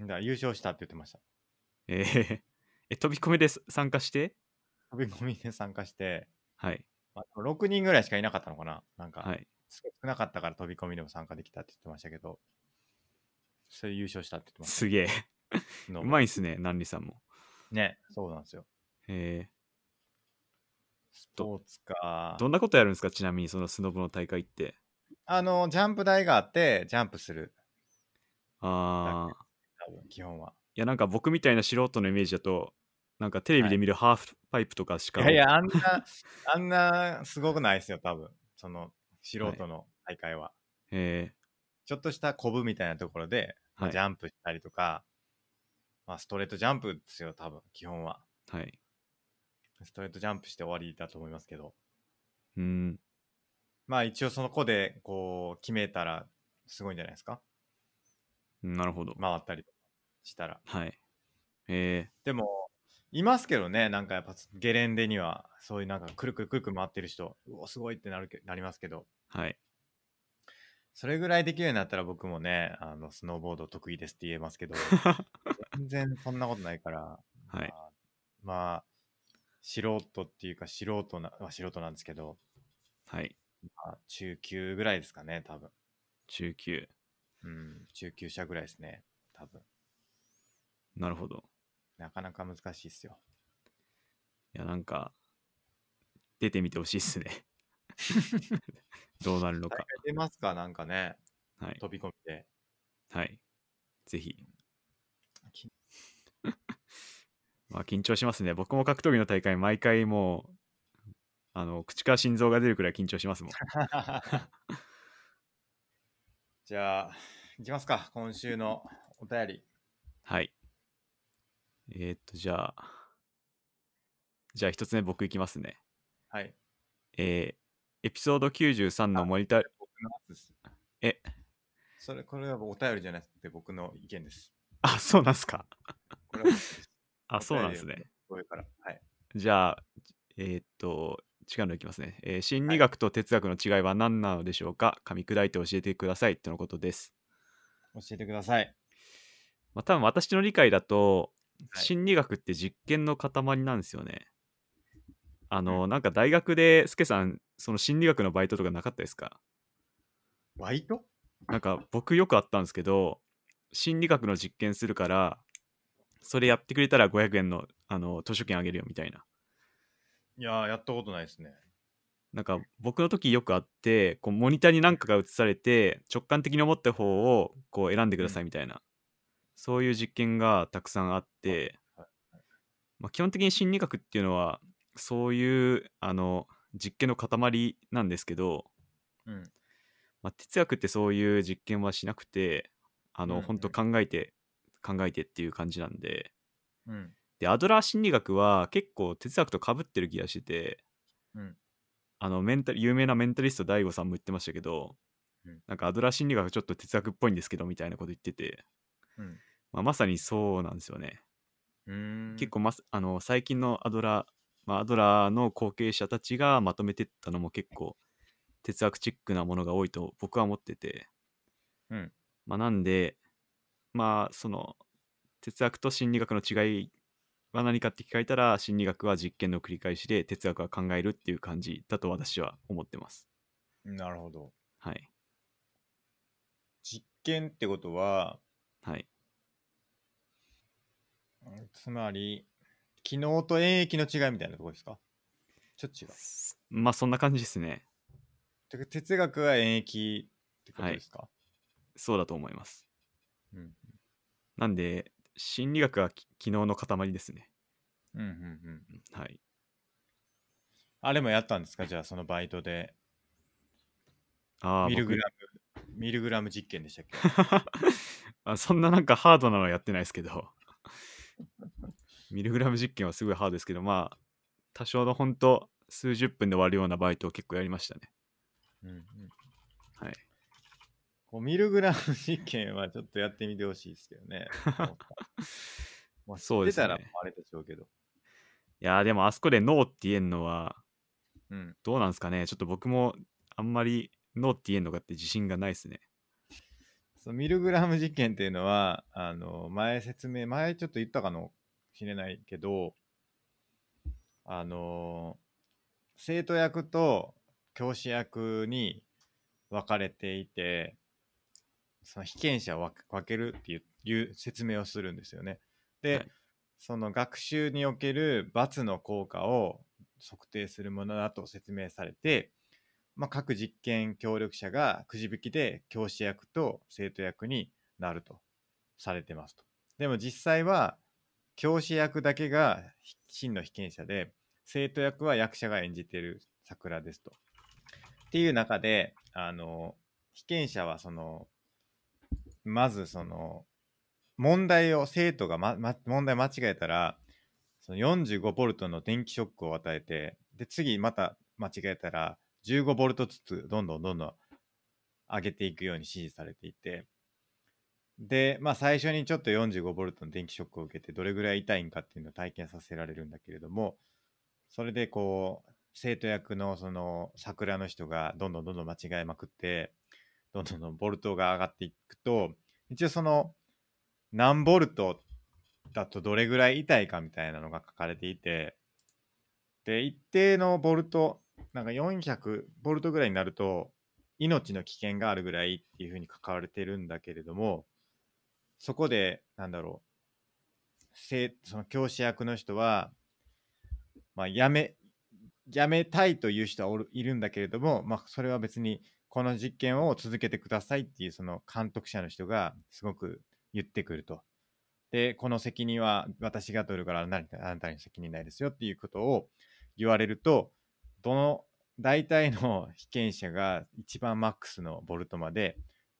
A: だから優勝したって言ってました。
B: えーえ、飛び込みです参加して
A: 飛び込みで参加して、
B: はい。
A: まあ、6人ぐらいしかいなかったのかななんか、
B: はい。
A: すごい少なかったから飛び込みでも参加できたって言ってましたけど、それ優勝したって言ってまし
B: すげえ。
A: た。スノ
B: う
A: ボ
B: まいっすね、ナンリさんも。
A: ね、そうなんですよ。
B: え
A: スポーツか
B: ー、。どんなことやるんですかちなみにそのスノボの大会って。
A: あの、ジャンプ台があって、ジャンプする。
B: ああ。
A: 多分、基本は。
B: いやなんか僕みたいな素人のイメージだとなんかテレビで見るハーフパイプとかしか、
A: いやいや、あんな、あんな、すごくないですよ、多分。その、素人の大会は。
B: え
A: ちょっとしたコブみたいなところで、
B: ーはい
A: ジャンプしたりとか、まあ、ストレートジャンプですよ、多分、基本は。
B: はい
A: ストレートジャンプして終わりだと思いますけど。
B: うん
A: まあ、一応その子で、こう、決めたら、すごいんじゃないですか
B: なるほど、
A: 回ったりしたら。
B: はいえ
A: でも、いますけどね、なんかやっぱ、ゲレンデには、そういうなんか、くるくるくるくる回ってる人、うお、すごいってなるけなりますけど、
B: ー、はい
A: それぐらいできるようになったら僕もね、あの、スノーボード得意ですって言えますけど、全然そんなことないから、
B: はい
A: まあ、まあ素人っていうか素人な、まあ、素人なんですけど、
B: はい
A: まあ、中級ぐらいですかね、多分。
B: 中級
A: うん、中級者ぐらいですね、多分。
B: なるほど
A: なかなか難しいっすよ。
B: いやなんか出てみてほしいっ すねどうなるの
A: 大
B: か
A: 会出ますかなんかね、
B: はい
A: 飛び込みで。
B: はいぜひ
A: き
B: まあ緊張しますね。僕も格闘技の大会、毎回もう、あの、口から心臓が出るくらい緊張しますもん。
A: じゃあ、いきますか。今週のお便り。
B: はい。えーっと、じゃあ、じゃあ一つ目僕いきますね。
A: はい。
B: えーエピソード93のモニター、
A: 僕のやつです。
B: え
A: それ、これはお便りじゃなくて僕の意見です。
B: あ、そうなんすか。
A: これは僕で す。
B: あ、そうなんですね。
A: これから。はい。
B: じゃあ、えーっと、違うのいきますね、えー心理学と哲学の違いは何なのでしょうか、噛み砕いて教えてくださいとのことです。
A: 教えてください。
B: まあ、多分私の理解だと、
A: はい
B: 心理学って実験の塊なんですよね。あの、なんか大学で、スケさん、その心理学のバイトとかなかったですか
A: バイト
B: なんか僕よくあったんですけど、心理学の実験するから、それやってくれたら500円のあの図書券あげるよみたいな。
A: いやー、やったことないですね。
B: なんか僕の時よくあってこうモニターに何かが映されて直感的に思った方をこう選んでくださいみたいな、そういう実験がたくさんあって、
A: はい
B: まあ、基本的に心理学っていうのはそういうあの実験の塊なんですけど、
A: うん。
B: まあ、哲学ってそういう実験はしなくてあの、
A: うんうん
B: 本当考えて考えてっていう感じなんで
A: うん。
B: でアドラー心理学は結構哲学とかぶってる気がしてて
A: うん。
B: あのメンタル有名なメンタリスト DAIGO さんも言ってましたけど、
A: うん
B: なんかアドラー心理学ちょっと哲学っぽいんですけどみたいなこと言ってて、
A: うん。
B: まあ、まさにそうなんですよね、
A: うーん
B: 結、構、まさ、あの最近のアドラー、まあ、アドラーの後継者たちがまとめてったのも結構哲学チックなものが多いと僕は思ってて、
A: うん
B: まあ、なんでまあその哲学と心理学の違いは何かって聞かれたら心理学は実験の繰り返しで哲学は考えるっていう感じだと私は思ってます。
A: なるほど。
B: はい。
A: 実験ってことは、
B: はい。
A: うんつまり、機能と演疫の違いみたいなところですかちょっと違う。
B: まあそんな感じですね。
A: てか哲学は演疫ってことですか、
B: そうだと思います。
A: うん。
B: なんで、心理学はき昨日の塊ですね。
A: うんうんうん。
B: はい。
A: あれもやったんですかじゃあ、そのバイトで。
B: ああ、
A: ミルグ
B: 僕
A: ラム、ミルグラム実験でしたっけ
B: あそんななんかハードなのはやってないですけど。ミルグラム実験はすごいハードですけど、まあ、多少のほんと数十分で終わるようなバイトを結構やりましたね。
A: うんうん。
B: はい。
A: こうミルグラム実験はちょっとやってみてほしいですけど ね。まあ、
B: そうですね
A: 出たらもうあれでしょうけど。
B: いやーでもあそこでノーって言えんのは
A: うん。
B: どうなんですかね。ちょっと僕もあんまりノーって言えんのかって自信がないですね。
A: そのミルグラム実験っていうのは、あの、前説明、前ちょっと言ったかもしれないけど、あの、生徒役と教師役に分かれていて、その被験者を分け分けるっていういう説明をするんですよね。で、
B: はい
A: その学習における罰の効果を測定するものだと説明されて、まあ、各実験協力者がくじ引きで教師役と生徒役になるとされてますと。でも実際は教師役だけが真の被験者で生徒役は役者が演じている桜ですと。っていう中であの被験者はそのまずその問題を生徒が、まま、問題間違えたらその45ボルトの電気ショックを与えてで次また間違えたら15ボルトずつどんどんどんどん上げていくように指示されていてでまあ最初にちょっと45ボルトの電気ショックを受けてどれぐらい痛いんかっていうのを体験させられるんだけれどもそれでこう生徒役のその桜の人がどんどんどんどん間違えまくってどんどんどんボルトが上がっていくと一応その何ボルトだとどれぐらい痛いかみたいなのが書かれていてで一定のボルトなんか400ボルトぐらいになると命の危険があるぐらいっていうふうに書かれてるんだけれどもそこでなんだろう生その教師役の人は、まあ、やめやめたいという人はおるいるんだけれども、まあ、それは別にこの実験を続けてくださいっていうその監督者の人がすごく言ってくると。で、この責任は私が取るからあなたあなたに責任ないですよっていうことを言われると、どの大体の被験者が一番マックスのボルトまで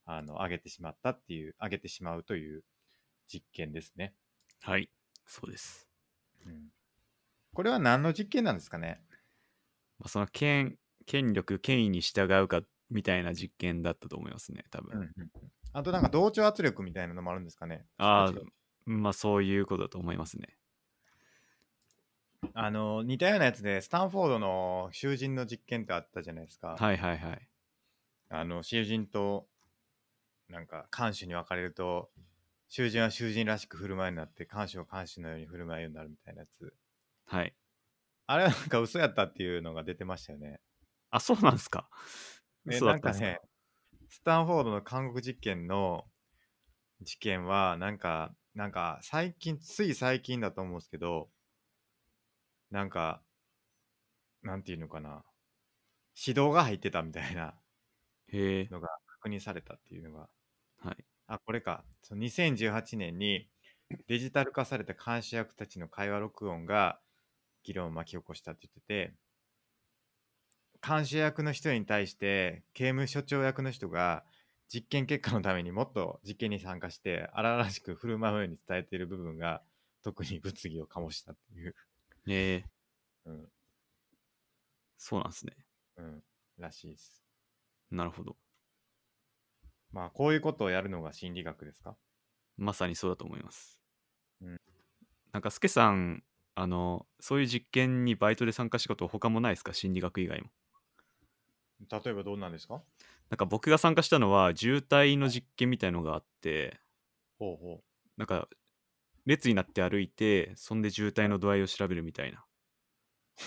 A: あの上げてしまったっていう、上げてしまうという実験ですね。
B: はい、そうです。
A: うん、これは何の実験なんですかね
B: まあ、その権権力、権威に従うかみたいな実験だったと思いますね、多分。
A: あとなんか同調圧力みたいなのもあるんですかね
B: あ
A: 違う
B: あ、まあそういうことだと思いますね。
A: あの似たようなやつでスタンフォードの囚人の実験ってあったじゃないですか、
B: はいはいはい。
A: あの囚人となんか看守に分かれると囚人は囚人らしく振る舞いになって看守は看守のように振る舞いになるみたいなやつ
B: はい。
A: あれはなんか嘘やったっていうのが出てましたよね
B: あ、そうなんですか。
A: え
B: 嘘だったんですか。
A: なんかねスタンフォードの韓国実験の事件はなんかなんか最近つい最近だと思うんですけどなんかなんていうのかな指導が入ってたみたいな
B: へえ。
A: のが確認されたっていうのが
B: はい。
A: あこれかその2018年にデジタル化された監視役たちの会話録音が議論を巻き起こしたって言ってて監視役の人に対して刑務所長役の人が実験結果のためにもっと実験に参加して荒々しく振る舞うように伝えている部分が特に物議を醸したっていう、
B: へえ。
A: うん
B: そうなんですね。
A: うん、らしいです。
B: なるほど。
A: まあこういうことをやるのが心理学ですか
B: まさにそうだと思います。
A: うん
B: なんか、スケさん、あの、そういう実験にバイトで参加したこと他もないですか心理学以外も。
A: 例えばどうなんですか
B: なんか僕が参加したのは、渋滞の実験みたいのがあって、
A: ほうほ
B: なんか、列になって歩いて、そんで渋滞の度合いを調べるみたいな。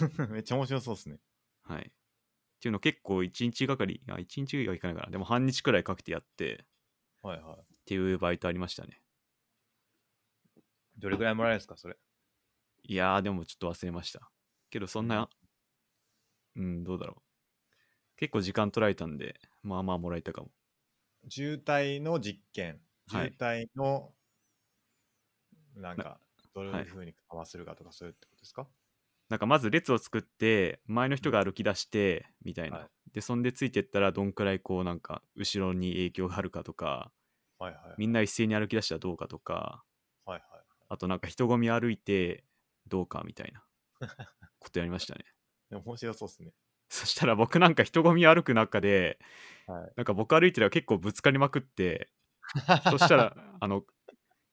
A: う めっちゃ面白そうですね。
B: はい。っていうの結構1日がかり、あ、1日はいかないかな。でも半日くらいかけてやって、
A: はいは
B: っていうバイトありました
A: い。
B: ね。
A: どれぐらいもらえるんですかそれ。
B: いやー、でもちょっと忘れました。けど、そんな、うん、どうだろう。結構時間取られたんで、まあまあもらえたかも。
A: 渋滞の実験、
B: は
A: 渋
B: い
A: 滞の、なんか、どうい
B: は
A: う
B: い
A: ふうに緩和するかとか、そういうってことですか、
B: なんかまず列を作って、前の人が歩き出して、みたいな。
A: はい
B: で、そんでついてったら、どんくらいこう、なんか、後ろに影響があるかとか、
A: はい、はいはい。
B: みんな一斉に歩き出したらどうかとか、
A: はいはい。
B: あとなんか人混み歩いて、どうかみたいなことやりましたね。
A: でも面白そうですね。
B: そしたら僕なんか人混み歩く中で、
A: はい
B: なんか僕歩いてたら結構ぶつかりまくって、そし たら、あの、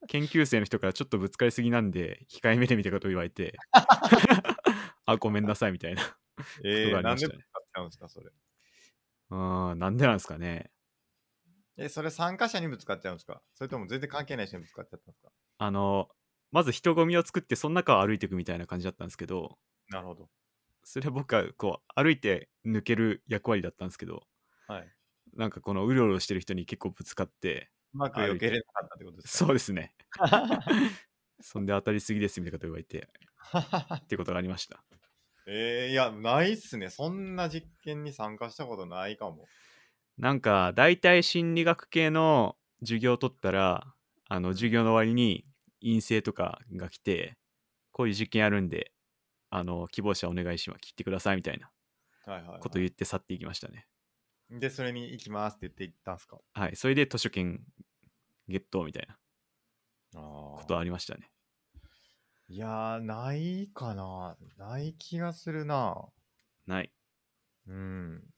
B: 研究生の人からちょっとぶつかりすぎなんで、控えめでみたいなことを言わ れて、あ、ごめんなさいみたいなこ
A: え
B: とが
A: ー、な
B: ありま
A: ん
B: し
A: で使
B: た
A: っ
B: ね。
A: ちゃうんですか、それ。
B: うん、なんでなんですかね。
A: え、それ参加者にぶつかっちゃうんですかそれとも全然関係ない人にぶつかっちゃったんですか
B: あの、まず人混みを作って、その中を歩いていくみたいな感じだったんですけど、
A: なるほど。
B: それは僕はこう、歩いて抜ける役割だったんですけど、
A: はい。
B: なんかこのうろうろしてる人に結構ぶつかって、
A: うまく避けれなかったってことですか
B: そうで すね。 そんで当たりすぎですみたいなこと言われて、ってことがありました。
A: えー、いや、ないっすね。そんな実験に参加したことないかも。
B: なんか、大体心理学系の授業を取ったら、あの、授業の終わりに陰性とかが来て、こういう実験あるんで、あの、希望者お願いします。切ってくださいみたいな
A: はいはい、はい。
B: こと言って去っていきましたね。
A: で、それに行きますって言って行ったんですか
B: はい。それで図書券ゲットみたいな
A: ああ
B: ことはありましたね。
A: いやー、ないかな。ない気がするな。
B: ない。
A: うん。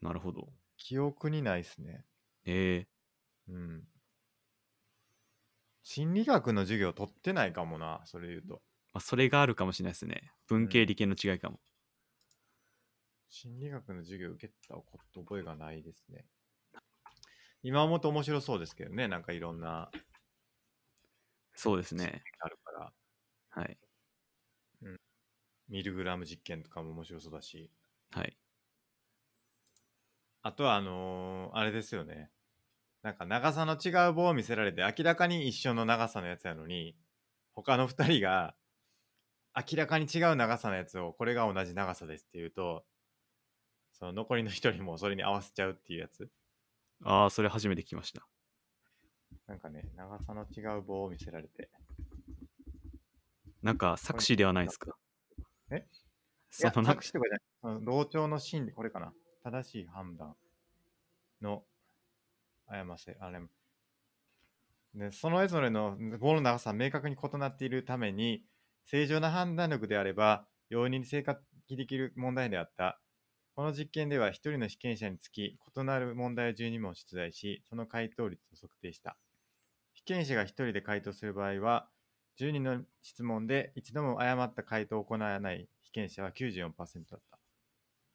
B: なるほど。
A: 記憶にないっすね。
B: え
A: うん。心理学の授業取ってないかもな、それ言うと。
B: ー、まあ、それがあるかもしれないですね。文
A: う
B: 系
A: ん
B: 理系の違いかも。
A: 心理学の授業受けたこと覚えがないですね。今思うと面白そうですけどね、なんかいろんな
B: そうですね。
A: あるから、
B: はい。
A: ミルグラム実験とかも面白そうだし、
B: はい。
A: あとはあのーあれですよね。なんか長さの違う棒を見せられて、明らかに一緒の長さのやつやのに、他の二人が、明らかに違う長さのやつを、これが同じ長さですって言うと、その残りの一人もそれに合わせちゃうっていうやつ。
B: ああ、それ初めて聞きました。
A: なんかね、長さの違う棒を見せられて。
B: なんか作詞ではないですか
A: え
B: その
A: いや
B: なん
A: 作詞とかじゃない。その同調のシーンでこれかな。正しい判断の過せ、あれ。でそのぞれの棒の長さは明確に異なっているために、正常な判断力であれば、容易に正確にできる問題であった。この実験では、一人の被験者につき、異なる問題を12問出題し、その回答率を測定した。被験者が一人で回答する場合は、10人の質問で一度も誤った回答を行わない被験者は94%だった。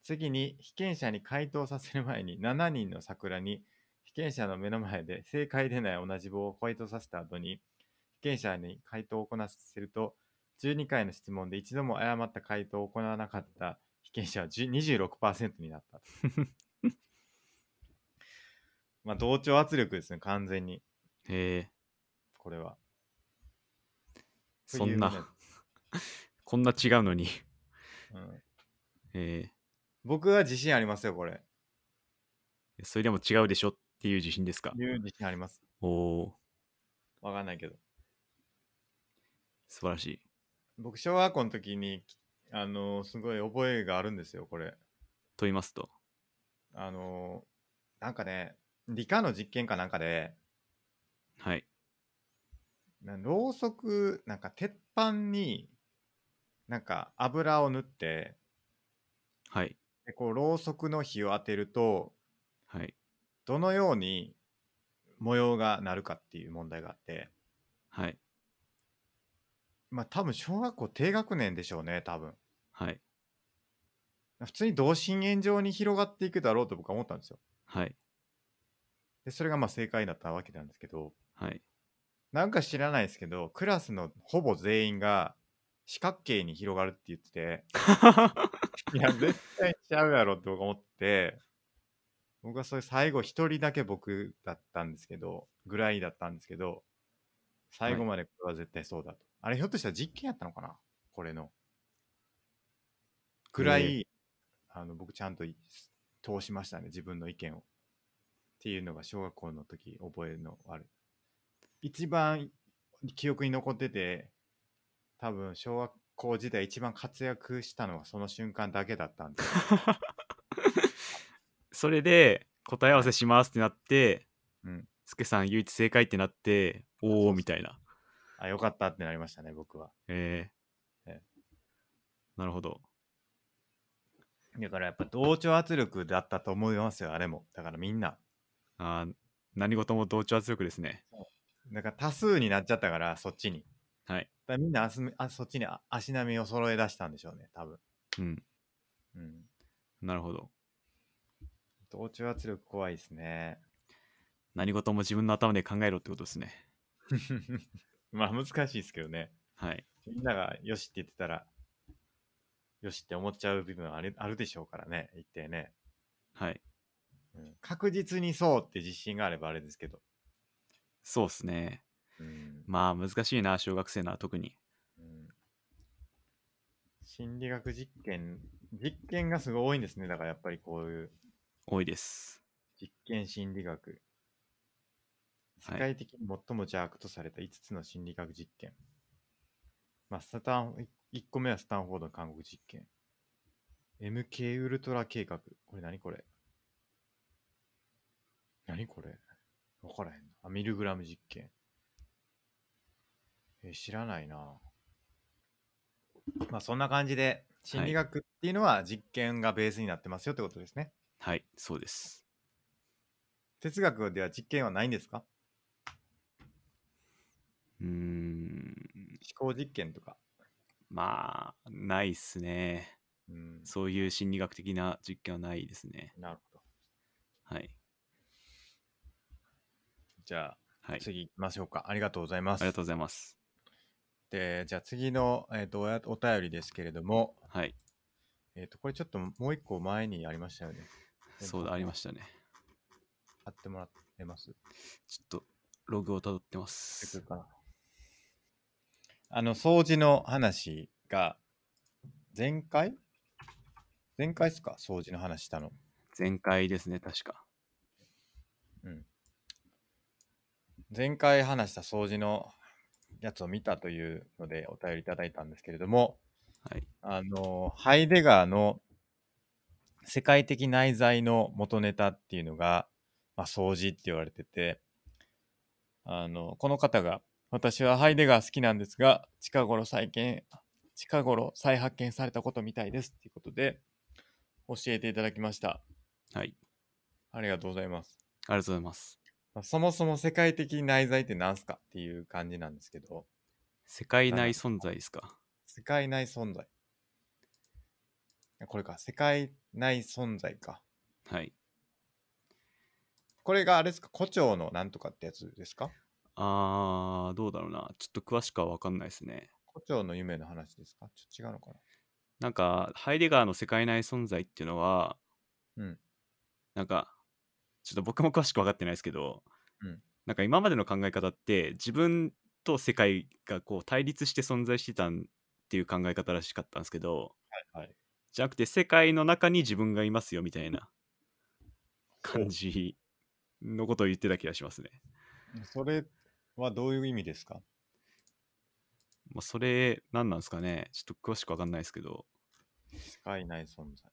A: 次に、被験者に回答させる前に7人の桜に、被験者の目の前で正解でない同じ棒を回答させた後に、被験者に回答を行わせると、12回の質問で一度も誤った回答を行わなかった被験者は10 26%になった。 まあ、同調圧力ですね、完全に。
B: へえ
A: これは。
B: そ
A: と
B: ん
A: いう
B: なこんな違うのに
A: うん、
B: え
A: 僕は自信ありますよ、これ。
B: えそれでも違うでしょっていう自信ですか
A: いう自信あります。
B: おおー
A: わかんないけど。
B: 素晴らしい
A: 僕、小学校の時に、あのーすごい覚えがあるんですよ、これ。
B: と言いますと
A: あのーなんかね、理科の実験かなんかで、
B: はい
A: なろうそく、なんか鉄板に、なんか油を塗って、
B: はい
A: でこう、ろうそくの火を当てると、
B: はい
A: どのように模様がなるかっていう問題があって、
B: はい
A: まあ多分小学校低学年でしょうね、多分。
B: はい
A: 普通に同心円状に広がっていくだろうと僕は思ったんですよ。
B: はい
A: で、それがまあ正解だったわけなんですけど、
B: はい
A: なんか知らないですけど、クラスのほぼ全員が四角形に広がるって言ってて、いや、絶対ちゃうやろって僕思って、僕はそれ最後一人だけ僕だったんですけど、ぐらいだったんですけど、最後までこれは絶対そうだと。あれひょっとしたら実験やったのかなこれの。ぐらい、あの、僕ちゃんとい通しましたね、自分の意見を。っていうのが小学校の時覚えのある。一番記憶に残ってて、多分小学校時代一番活躍したのはその瞬間だけだったんで
B: それで答え合わせしますってなって
A: うん
B: すけ、さん唯一正解ってなっておおみたいな
A: あよかったってなりましたね僕は
B: えー
A: え
B: なるほど
A: だからやっぱ同調圧力だったと思いますよあれもだからみんな
B: あー何事も同調圧力ですね
A: だから多数になっちゃったからそっちに
B: はい
A: だからみんなあすあそっちにあ足並みを揃え出したんでしょうね多分
B: うん
A: うん
B: なるほど
A: 同調圧力怖いですね
B: 何事も自分の頭で考えろってことですね
A: まあ難しいですけどね
B: はい
A: みんながよしって言ってたらよしって思っちゃう部分はあるあるでしょうからね一定ね
B: はい
A: うん確実にそうって自信があればあれですけど。
B: そうですね
A: うん
B: まあ難しいな小学生なら特に
A: うん心理学実験、実験がすごい多いんですね。だからやっぱりこういう
B: 多いです
A: 実験心理学。世
B: はい
A: 界的に最も邪悪とされた5つの心理学実験。まあ、スタン、1個目はスタンフォードの韓国実験。MK ウルトラ計画。これ何これ何これわからへんな。あ、ミルグラム実験。えー知らないな。まあ、そんな感じで、心理学っていうのは実験がベースになってますよってことですね。
B: はいそうです
A: 哲学では実験はないんですか
B: うーん
A: 思考実験とか。
B: まあないっすね
A: うん、
B: そういう心理学的な実験はないですね
A: なるほど。
B: はい
A: じゃ
B: は
A: あ、
B: いあり
A: 次行きましょうか。ありがとうございま
B: が
A: す。
B: とうございます
A: で、じゃあ次の、えー、とおやお便りですけれども、
B: はい
A: えっ、と、これちょっともう一個前にありましたよね。
B: そうだありま
A: し
B: したね
A: た。買ってもらってます。
B: ちょっとログをたどってま
A: 出て
B: す
A: くるかなあの、掃除の話が、前回前回っすか掃除の話したの。
B: 前回ですね確か
A: うん。前回話した掃除のやつを見たというのでお便りいただいたんですけれども、
B: はい
A: あのハイデガーの世界的内在の元ネタっていうのが、まあ、掃除って言われててあのこの方が私はハイデガー好きなんですが近頃再建近頃再発見されたことみたいですっていうことで教えていただきました
B: はい。
A: ありがとうございます
B: ありがとうございます。
A: まあそもそも世界的内在って何すかっていう感じなんですけど
B: 世界内存在ですか。
A: 世界内存在あこれか世界内存在か
B: はい。
A: これがあれですか胡蝶のなんとかってやつですか
B: あー、どうだろうな。ちょっと詳しくは分かんないですね。
A: 胡蝶の夢の話ですかちょっと違うのか
B: なんか、ハイデガーの世界内存在っていうのは、
A: うん
B: なんか、ちょっと僕も詳しく分かってないですけど、
A: うん
B: なんか今までの考え方って、自分と世界がこう対立して存在してたんっていう考え方らしかったんですけど、
A: なはい。
B: じゃなくて世界の中に自分がいますよみたいな感じのことを言ってた気がしますね。
A: それはどういう意味ですか
B: まあ、それ何なんですかねちょっと詳しく分かんないですけど
A: 世界内存在。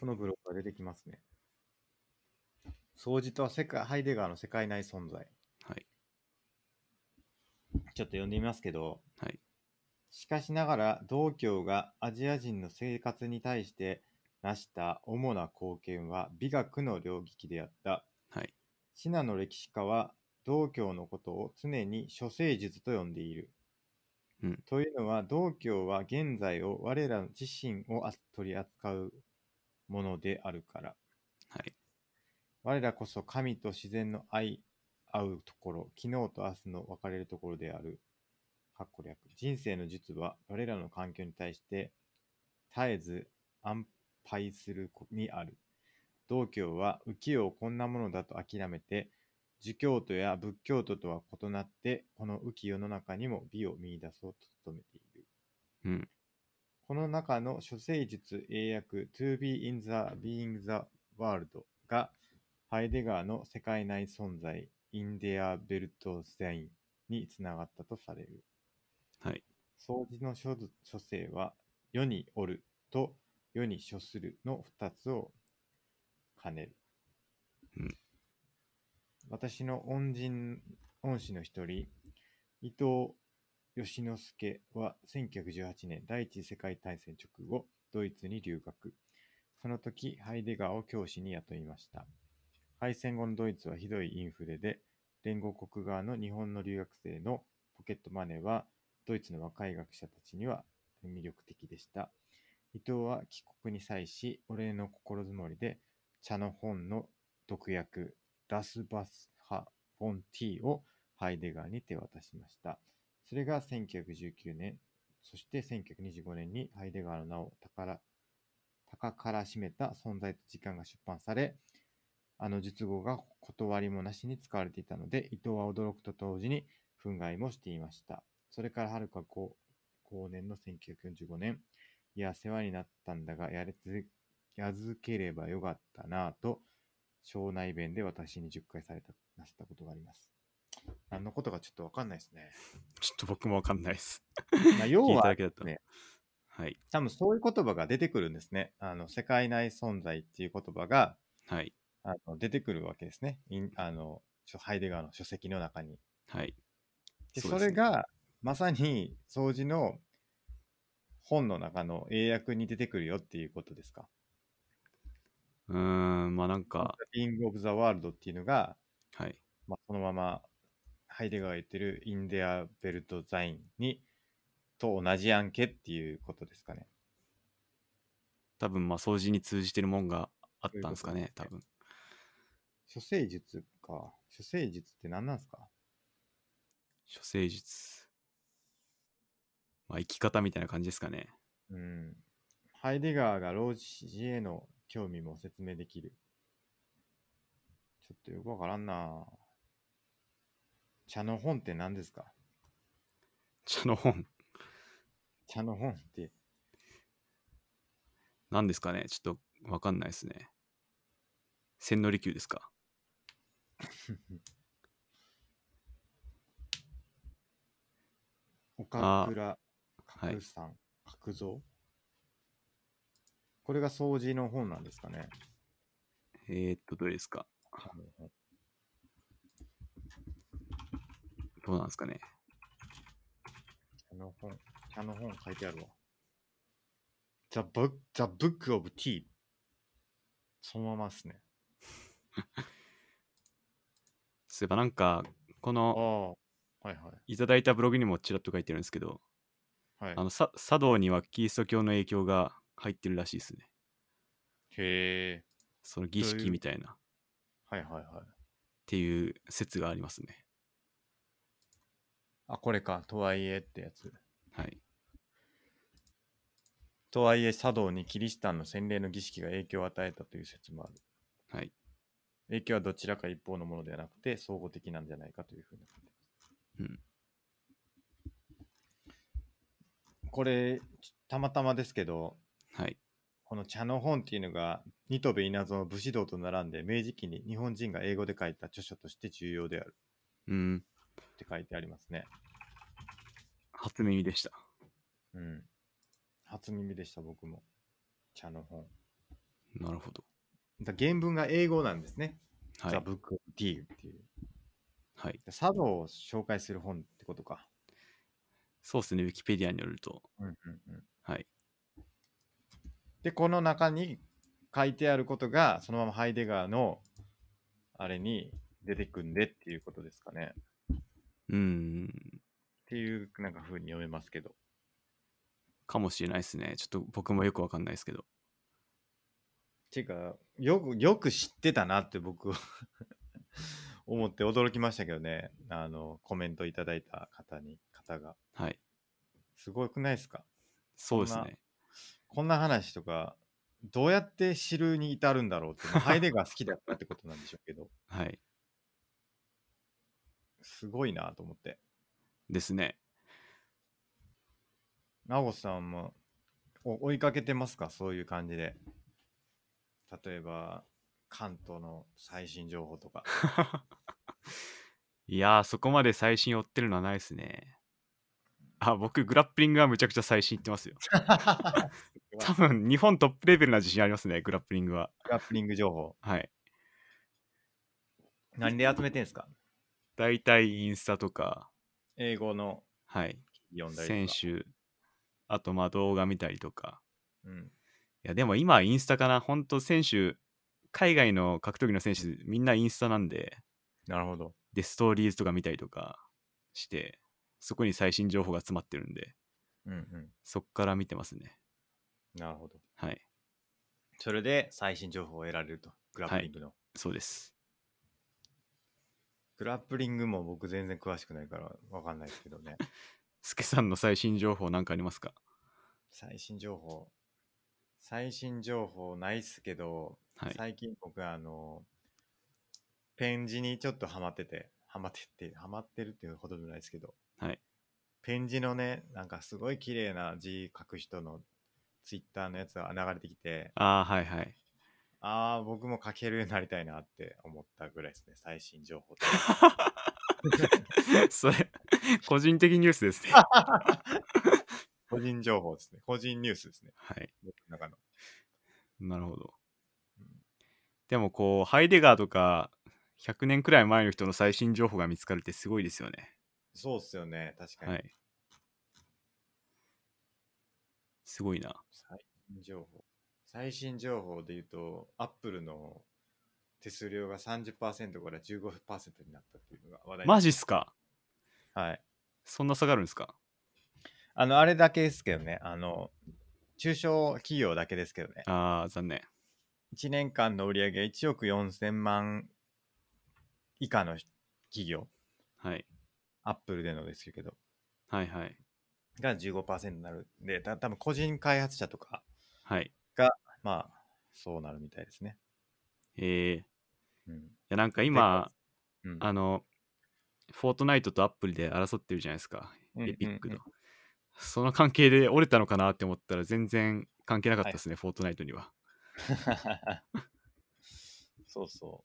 A: このブログが出てきますね。掃除とは世界ハイデガーの世界内存在。
B: はい
A: ちょっと読んでみますけど、
B: はい
A: しかしながら道教がアジア人の生活に対して成した主な貢献は美学の領域であった。
B: はい
A: シナの歴史家は道教のことを常に諸生術と呼んでいる。
B: うん
A: というのは道教は現在を我ら自身をあ取り扱うものであるから。
B: はい
A: 我らこそ神と自然の愛合うところ、昨日と明日の分かれるところである。かっこ略。人生の術は我らの環境に対して絶えず安牌するこにある。道教は浮世をこんなものだと諦めて、儒教徒や仏教徒とは異なって、この浮世の中にも美を見出そうと努めている。
B: うん
A: この中の諸生術英訳 To be in the being the world がハイデガーの世界内存在インデア・ベルト・ゼインにつながったとされる。
B: はい
A: 掃除の諸諸生は世におると世に処するの二つを兼ねる。
B: うん
A: 私の恩人、恩師の一人、伊藤義之助は1918年第一次世界大戦直後、ドイツに留学。その時、ハイデガーを教師に雇いました。敗戦後のドイツはひどいインフレで、連合国側の日本の留学生のポケットマネーはドイツの若い学者たちには魅力的でした。伊藤は帰国に際し、お礼の心づもりで、茶の本の毒薬、ダスバスハフォンティーをハイデガーに手渡しました。それが1919年、そして1925年にハイデガーの名を宝高からしめた存在と時間が出版され、あの術語が断りもなしに使われていたので、伊藤は驚くと同時に憤慨もしていました。それからはるか後後年の1945年、いや、世話になったんだが、やれず、やずければよかったなぁと、省内弁で私に10回された、なすったことがあります。何のことかちょっとわかんないですね。
B: ちょっと僕も分かんないです
A: まあ、要
B: 聞いた
A: は
B: だけだと、
A: ね
B: はい
A: 多分そういう言葉が出てくるんですね。あの世界内存在っていう言葉が
B: はい
A: あの出てくるわけですね。インあのちょハイデガーの書籍の中に。
B: はい
A: で
B: そ
A: そう
B: です
A: れ
B: ね
A: がまさに掃除の本の中の英訳に出てくるよっていうことですか。
B: うーんまあなんか
A: The Being of the World っていうのが、
B: はい
A: まあ、そのままハイデガーが言ってるインデア・ベルト・ザインにと同じ案件っていうことですかね。
B: 多分まあ掃除に通じてるもんがあったんですかね
A: そうい
B: 多
A: う
B: 分
A: 処世術か。処世術って何なんですか
B: 処世術まあ生き方みたいな感じですかね
A: うん。ハイデガーが老子への興味も説明できる。ちょっとよくわからんな茶の本って何ですか
B: 茶の本
A: 茶の本って、
B: 何ですかねちょっと分かんないですね千利休ですか
A: 岡倉
B: はい
A: 角さん、角蔵これが掃除の本なんですかね。
B: えー、っと、どれですかどうなんですかね
A: あの本、あの本書いてあるわ。The Book, The Book of Tea。そのままっすね。
B: そういえばなんか、こ
A: ああ
B: の
A: ー。はい
B: いただいたブログにもちらっと書いてるんですけど、
A: はい。
B: あ
A: はい、
B: のさ茶道にはキリスト教の影響が入ってるらしいですね。
A: へえ。
B: その儀
A: どういう
B: 式みたいなっ
A: はいはいはい。
B: ていう説がありますね。
A: あ、これか。とはいえってやつ。
B: はい。
A: とはいえ、茶道にキリシタンの洗礼の儀式が影響を与えたという説もある。
B: はい。
A: 影響はどちらか一方のものではなくて、総合的なんじゃないかというふうに書いてます。これ、たまたまですけど、
B: はい。
A: この茶の本っていうのが、ニトベ稲造の武士道と並んで、明治期に日本人が英語で書いた著書として重要である
B: うん。
A: って書いてありますね。
B: 初耳でした。
A: うん。初耳でした、僕も。茶の本。
B: なるほど。
A: だ原文が英語なんですね。
B: は
A: The
B: い。
A: Book of Tea っていう。
B: はい、
A: 茶道を紹介する本ってことか。
B: そうですね。ウィキペディアによると。
A: うんうんうん。
B: はい。
A: で、この中に書いてあることが、そのままハイデガーの、あれに出てくんでっていうことですかね。っ
B: うーん。
A: ていう、なんか風に読めますけど。
B: かもしれないですね。ちょっと僕もよくわかんないですけど。
A: ていうか、よく、よく知ってたなって僕、 思って驚きましたけどね。あの、コメントいただいた方に、方が。
B: はい。
A: すごくないですか
B: そうです
A: そんな
B: ね。
A: こんな話とか、どうやって知るに至るんだろうって、まあハイデガー好きだったってことなんでしょうけど、
B: はい。
A: すごいなと思って。
B: ですね。
A: ナゴさんもお追いかけてますかそういう感じで。例えば、関東の最新情報と か。
B: いやー、そこまで最新追ってるのはないですね。あ、僕、グラップリングはむちゃくちゃ最新いってますよ。多分、日本トップレベルな自信ありますね、グラップリングは。
A: グラップリング情報。
B: はい。
A: 何で集めてんすか
B: 大体、インスタとか、
A: 英語の
B: はい。
A: 読んだりと
B: 選
A: か。
B: 手、あと、まあ、動画見たりとか。
A: うん。
B: いや、でも今、インスタかな。ほんと、選手、海外の格闘技の選手、みんなインスタなんで、
A: なるほど。
B: で、ストーリーズとか見たりとかして、そこに最新情報が詰まってるんで、
A: うんうん。
B: そっから見てますね。
A: なるほど。
B: はい。
A: それで最新情報を得られると。グラップリングの。
B: そうです。
A: グラップリングも僕全然詳しくないからわかんないですけどね。
B: スケさんの最新情報なんかありますか
A: 最新情報。最新情報ないっすけど、
B: はい。
A: 最近僕あの、ペン字にちょっとハマってて、ハマってって、ハマってるっていうほどでもないですけど、
B: はい。
A: ペン字のね、なんかすごい綺麗な字書く人のツイッターのやつが流れてきて、
B: ああ、はい はい。
A: ああ、僕も書けるようになりたいなって思ったぐらいですね、最新情 報って。
B: それ、個人的ニュースですね。
A: 個人情報ですね、個人ニュースですね、
B: はい。
A: 僕の中の。
B: なるほど
A: うん。
B: でもこう、ハイデガーとか、100年くらい前の人の最新情報が見つかるってすごいですよね。
A: そうっすよね、確かに。
B: はい。すごいな。
A: 最新情報。最新情報で言うと、アップルの手数料が30%から15%になったっていうのが話題に
B: マジっすか
A: はい。
B: そんな下がるんですか
A: あの、あれだけですけどね、あの、中小企業だけですけどね、
B: ああ、残念。
A: 1年間の売り上げ1億4000万以下の企業、
B: はい。
A: アップルでのですけど、
B: はいはい。
A: が15%になるんで、た多分個人開発者とか、
B: はい。
A: まあ、そうなるみたいですね。
B: えー、い
A: うん。
B: やなんか今、
A: うん、
B: あの、フォートナイトとアップルで争ってるじゃないですか。
A: うんうん
B: エピックの
A: うん。
B: その関係で折れたのかなって思ったら全然関係なかったですね、フォートナイトには。
A: そうそ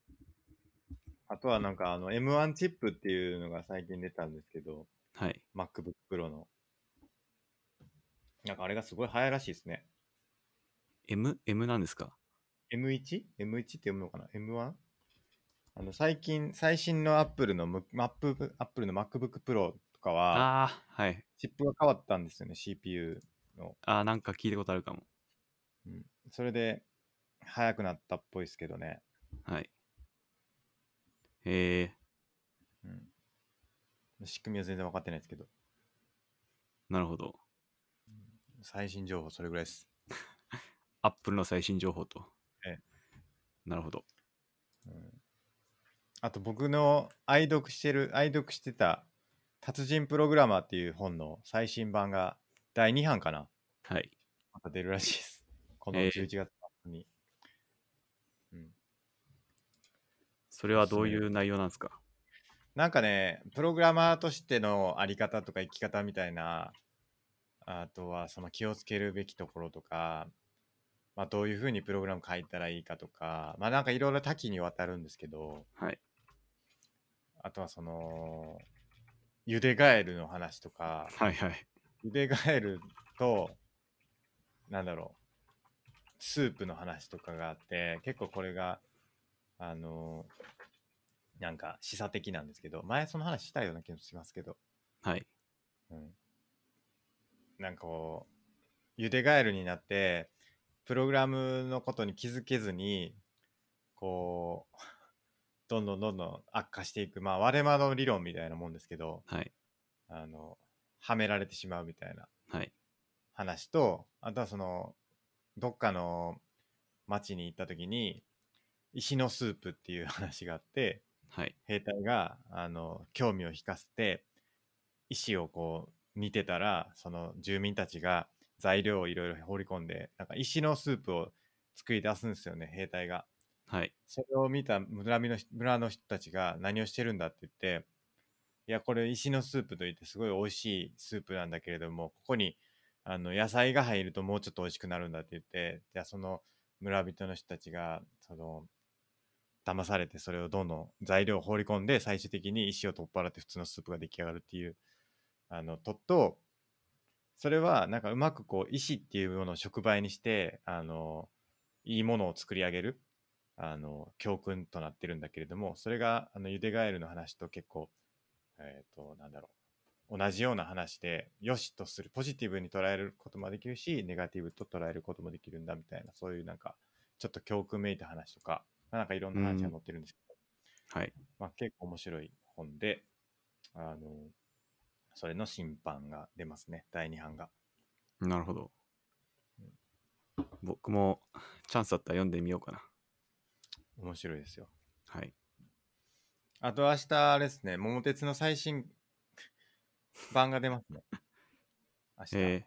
A: う。あとはなんかあの M1 チップっていうのが最近出たんですけど、
B: はい。
A: MacBook Pro の。なんかあれがすごい早いらしいですね。
B: M?M なんですか
A: M1?M1 って読むのかな ?M1? あの最近、最新の Apple のむ Mac- Apple の MacBook Pro とかは、
B: ああ、はい。
A: チップが変わったんですよね、CPU。
B: ああ、なんか聞いたことあるかも。
A: うん、それで、早くなったっぽいですけどね。
B: はい。え
A: うん、仕組みは全然分かってないですけど、
B: ー、なるほど。
A: 最新情報それぐらいです。
B: アップルの最新情報と。
A: え
B: なるほど。
A: うんあと僕の愛読してる愛読してた「達人プログラマー」っていう本の最新版が第2版かな
B: はい。
A: また出るらしいですこの
B: ええ
A: 11月末に、うん、
B: それはどういう内容なんですか
A: なんかねプログラマーとしてのあり方とか生き方みたいなあとはその気をつけるべきところとか、まあ、どういうふうにプログラム書いたらいいかとかまあなんかいろいろ多岐にわたるんですけど、
B: はい。
A: あとはその、ゆでガエルの話とか、
B: はいはい。
A: ゆでガエルと、なんだろう、スープの話とかがあって、結構これが、あのなんか示唆的なんですけど、前その話したような気もしますけど、
B: はい。
A: うん、なんかこう、ゆでガエルになって、プログラムのことに気づけずに、こう、 どんどんどんどん悪化していく、まあ、割れ窓理論みたいなもんですけど、
B: はい。
A: あの、はめられてしまうみたいな
B: はい。
A: 話と、あとはその、どっかの町に行った時に、石のスープっていう話があって、
B: はい。
A: 兵隊があの興味を引かせて石をこう見てたらその住民たちが材料をいろいろ放り込んでなんか石のスープを作り出すんですよね兵隊が。
B: はい。
A: それを見た村民の人村の人たちが何をしてるんだって言っていやこれ石のスープといってすごい美味しいスープなんだけれどもここにあの野菜が入るともうちょっと美味しくなるんだって言ってじゃあその村人の人たちがその騙されてそれをどんどん材料を放り込んで最終的に石を取っ払って普通のスープが出来上がるっていうあのととそれはなんかうまくこう石っていうものを触媒にしてあのいいものを作り上げるあの教訓となってるんだけれどもそれがあのゆでガエルの話と結構えっ、となんだろう同じような話で良しとするポジティブに捉えることもできるしネガティブと捉えることもできるんだみたいなそういうなんかちょっと教訓めいた話とかなんかいろんな話が載ってるんですけど、
B: はい。
A: まあ、結構面白い本であのそれの審判が出ますね第2版が
B: なるほど。僕もチャンスあったら読んでみようかな。
A: 面白いですよ
B: はい。
A: あと明日あれですね桃鉄の最新版が出ます ね明日、
B: え